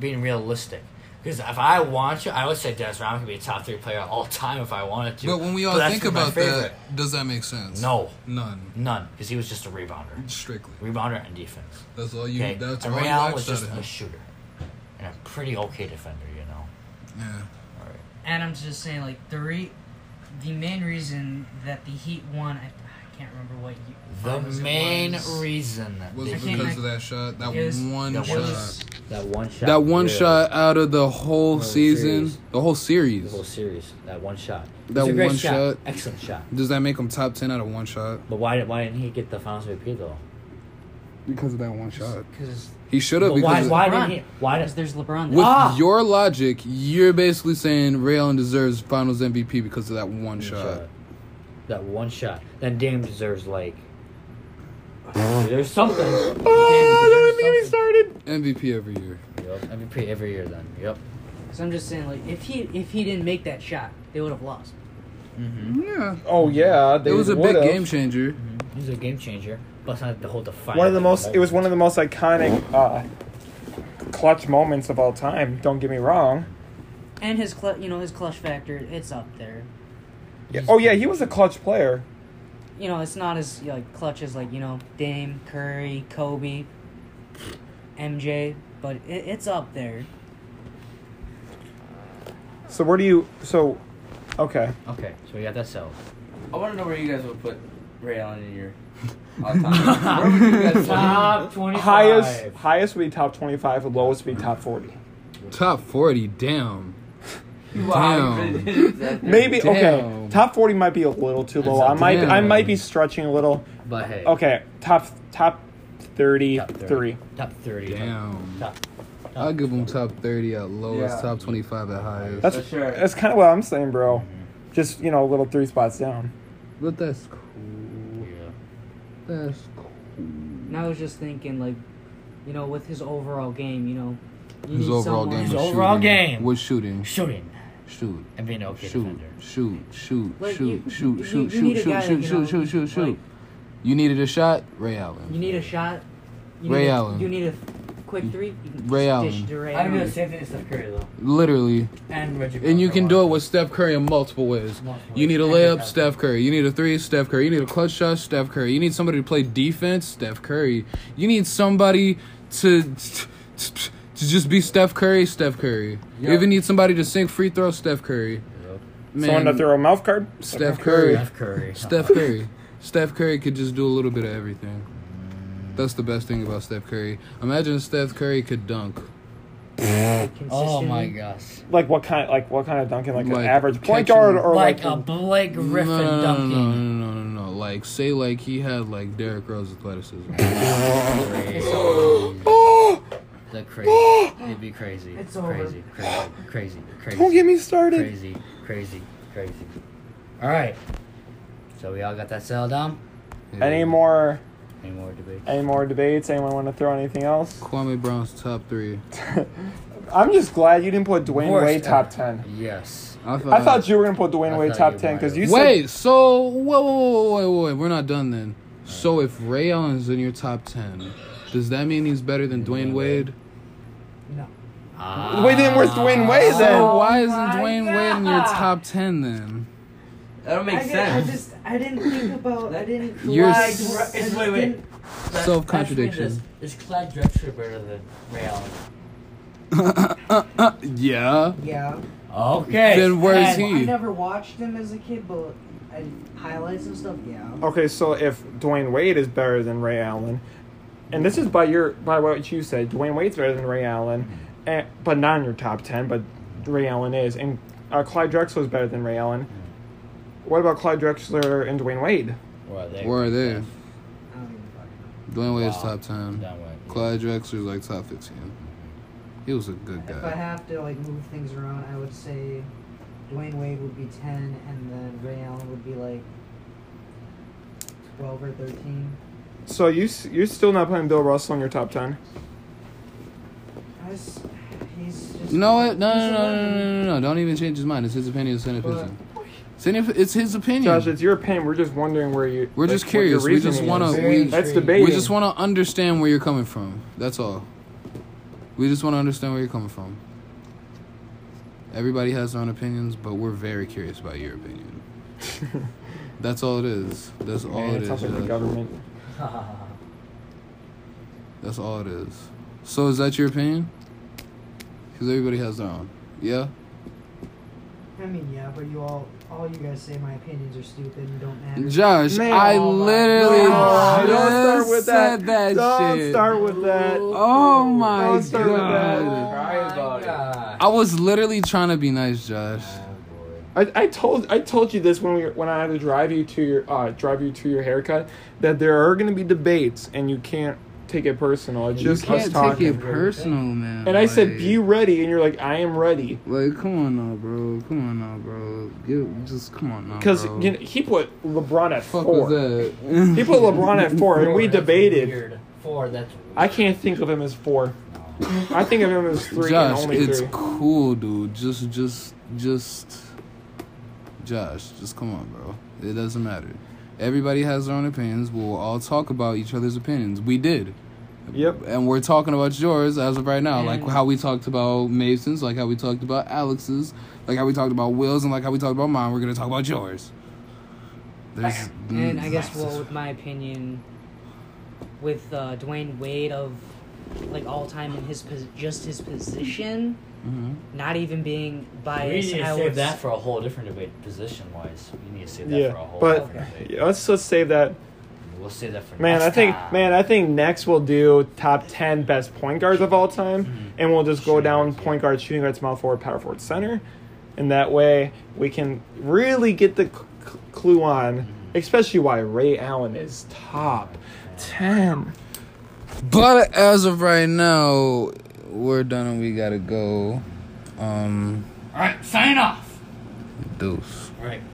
being realistic. Because if I want to, I would say Dennis Rodman could be a top three player of all time if I wanted to.
But when we all
that's
think
my
about
favorite.
that, does that make sense?
no,
None.
none, because he was just a rebounder,
Strictly.
rebounder and defense.
That's all you.
Okay,
That's
and
all you
Ray Allen was
asked out
just
of
a
him.
shooter and a pretty okay defender, you know.
Yeah.
Adam's just saying like the re- the main reason that the Heat won. I, I can't remember what. You,
The
finals it
main
was.
reason
Was
they
it
I can't-
because of that shot? That
It was-
one
That
shot.
one shot. that one shot.
That one
really-
shot out of the whole
Whole
season,
series.
the whole
The
series.
whole series. That one shot. It
That
was a great
one shot.
Excellent shot.
Does that make him top ten out of one shot?
But why didn't why didn't he get the finals MVP though?
Because of that one shot,
Because
he should have.
But why
Because
why
LeBron.
didn't he why did
there's LeBron.
with
Ah!
your logic, you're basically saying Ray Allen deserves Finals MVP because of that one shot.
That one shot. Then Dame deserves like
Oh,
there's something. Dame deserves something.
MVP every year.
Yep, MVP every year then. Yep.
Because I'm just saying like if he if he didn't make that shot, they would have lost.
Yeah,
Oh yeah, they
it was a big
would've.
game changer.
He's a game changer. But it's not the whole defining.
One of the most. It was one of the most iconic uh, clutch moments of all time. Don't get me wrong.
And his cl- you know his clutch factor, it's up there.
Yeah. Oh yeah, he was a clutch player.
You know it's not as like clutch as like you know Dame, Curry, Kobe, MJ, but it, it's up there.
So where do you? So, okay.
Okay, so we got that settled.
I want to know where you guys would put Ray Allen in your all time. where would you guys put him?
Top twenty
Highest highest would be top twenty five. Lowest would be top forty.
Top forty, damn.
Wow, you
Damn.
really did that.
Maybe okay.
Damn.
Top forty might be a little too low. I might I
damn.
might be stretching a little.
But hey.
Okay, top top thirty
Top thirty.
three.
Top thirty.
Damn.
Top.
I'll give him top 30 at lowest,
Yeah.
top 25 at highest.
That's
For sure.
that's kind of what I'm saying, bro. Just you know, a little three spots down.
but that's cool.
Yeah.
That's cool.
And I was just thinking like, you know, with his overall game, you know, you
His
need
overall
someone-
game
His
was
overall
shooting.
game.
was shooting.
Shooting
Shoot.
and being an okay
Shoot.
defender.
Shoot. Shoot.
Like,
Shoot.
you-
Shoot.
you-
Shoot.
you need
Shoot.
a guy
Shoot.
that
Shoot.
can
Shoot. Shoot.
help-
Shoot.
like-
Shoot. You needed a shot? Ray Allen.
You need a shot. You
Ray
need a,
Allen.
You need a quick three. You can
Ray
just dish
Allen.
to Ray
I'm
Allen.
doing the same thing as Steph Curry though,
Literally.
and Reggie.
And you can do it with Steph Curry in multiple ways. You need a layup, Steph Curry. You need a three, Steph Curry. You need a clutch shot, Steph Curry. You need somebody to play defense, Steph Curry. You need somebody to to just be Steph Curry, Steph Curry. You even need somebody to sink free throw, Steph Curry.
Someone to throw a mouth card.
Steph Curry.
Steph Curry.
Steph Curry. Steph Curry could just do a little bit of everything. That's the best thing about Steph Curry. Imagine Steph Curry could dunk.
Oh
Consistently.
my gosh.
Like what kind? Like what kind of dunking? Like,
Like
an average point
catching-
guard or like,
Like a Blake Griffin
no, no, no,
dunking.
No, no, no, no, no. Like, say, like, he had, like, Derrick Rose athleticism.
The crazy. It'd be crazy.
It's
It's
over.
crazy, crazy, crazy, crazy.
Don't get me started.
Crazy, crazy, crazy. All right. So we all got that settled down.
Any more
Any more debate?
any more debates? Anyone want to throw anything else?
Kwame Brown's top three.
I'm just glad you didn't put Dwayne
Worst
Wade top
ever.
ten.
Yes.
I thought.
I thought you were gonna put Dwayne
I
Wade
thought
top
you
ten because
might
you
have.
said
wait, so whoa, whoa, whoa, wait, wait, wait, we're not done then. So if Ray Allen's in your top ten, does that mean he's better than Dwayne Wade?
Ah.
Wait, then where's Dwayne Wade then?
So why isn't
Oh my
Dwayne Wade in your
God.
top ten then?
That don't make
I, did, I
sense.
just I didn't think about I didn't
You're
I
s-
just- I
It's-
just
wait, wait.
didn't-
Self contradiction.
Is Clyde Drexler better than Ray Allen?
Yeah.
Yeah.
Okay.
Then where's
And-
I
he?
never watched him as a kid, but I, highlights and stuff. Yeah.
Okay, so if Dwayne Wade is better than Ray Allen, and this is by your by what you said, Dwayne Wade's better than Ray Allen, and, but not in your top ten, but Ray Allen is, and uh, Clyde Drexler is better than Ray Allen. What about Clyde Drexler and Dwayne Wade?
Where are they?
Where are they?
I don't even fucking
Dwayne Wade's
Wow.
top ten.
That way.
Clyde Drexler's like top fifteen. He was a good
know. If I
guy.
have to like move things around, I would say Dwayne Wade would be ten, and then Ray Allen would be like twelve or thirteen.
So you s- you're still not putting Bill Russell in your top ten.
I just, he's just
You know what? No,
he's
no, no, no,
11.
no, no, no, no! Don't even change his mind. It's his opinion. It's his opinion. It's, in, it's his opinion.
Josh, it's your opinion. We're just wondering where you.
We're
like,
just
what your
curious. We just
reasoning
want
is.
to. We,
That's
we
debating.
just want to understand where you're coming from. That's all. We just want to understand where you're coming from. Everybody has their own opinions, but we're very curious about your opinion. That's all it is. That's all
Man,
it
Oh, it
is.
sounds like the
Josh.
government.
That's all it is. So is that your opinion? Because everybody has their own. Yeah.
I mean, yeah, but you all, all you guys say my opinions are stupid and don't matter.
Josh,
Man.
I
Oh my
literally
God. Don't start
just
with
said
that.
that
Don't
shit.
start with that.
Oh my
Don't start with that.
God.
Cry about it.
I was literally trying to be nice, Josh.
I, I told I told you this when we when I had to drive you to your uh, drive you to your haircut that there are going to be debates and you can't take it personal. It's
You
just us
can't take
talking.
it personal, man.
and I said,
Like-
"Be ready," and you're like, "I am ready,"
Like, come on now, bro. Come on now, bro. Get, just come on now,
because
Oh, bro.
you know, he put LeBron at
fuck was
four.
that?
He put LeBron at four, and we
Four, that's
debated.
weird. Four, that's
I can't think of him as four. I think of him as three and
Josh,
only
it's
three.
cool, dude. Just, just, just, Josh, just come on, bro. It doesn't matter. Everybody has their own opinions. We'll all talk about each other's opinions. We did.
Yep.
And we're talking about yours as of right now, like
And-
how we talked about Mason's, like how we talked about Alex's, like how we talked about Will's, and like how we talked about mine. We're gonna talk about yours. There's,
Mm.
And I guess well, with my opinion, with uh, Dwayne Wade of like all time in his pos- just his position,
Mhm.
not even being
We
biased.
need to
I
save
would
that
s-
for a whole different debate, position wise. We need to save that
Yeah,
for a whole
but-
different debate.
Yeah, let's let's save that.
We'll save that for
Man,
next
I think
time.
man, I think next we'll do top ten best point guards of all time,
Mm-hmm.
and we'll just go
Shooting
down
guards, yeah.
point guard, shooting guard, small forward, power forward, center, and that way we can really get the c- c- clue on,
Mm-hmm.
especially why Ray Allen is top ten.
But as of right now, we're done and we gotta go. Um,
All right, sign off.
deuce.
All right.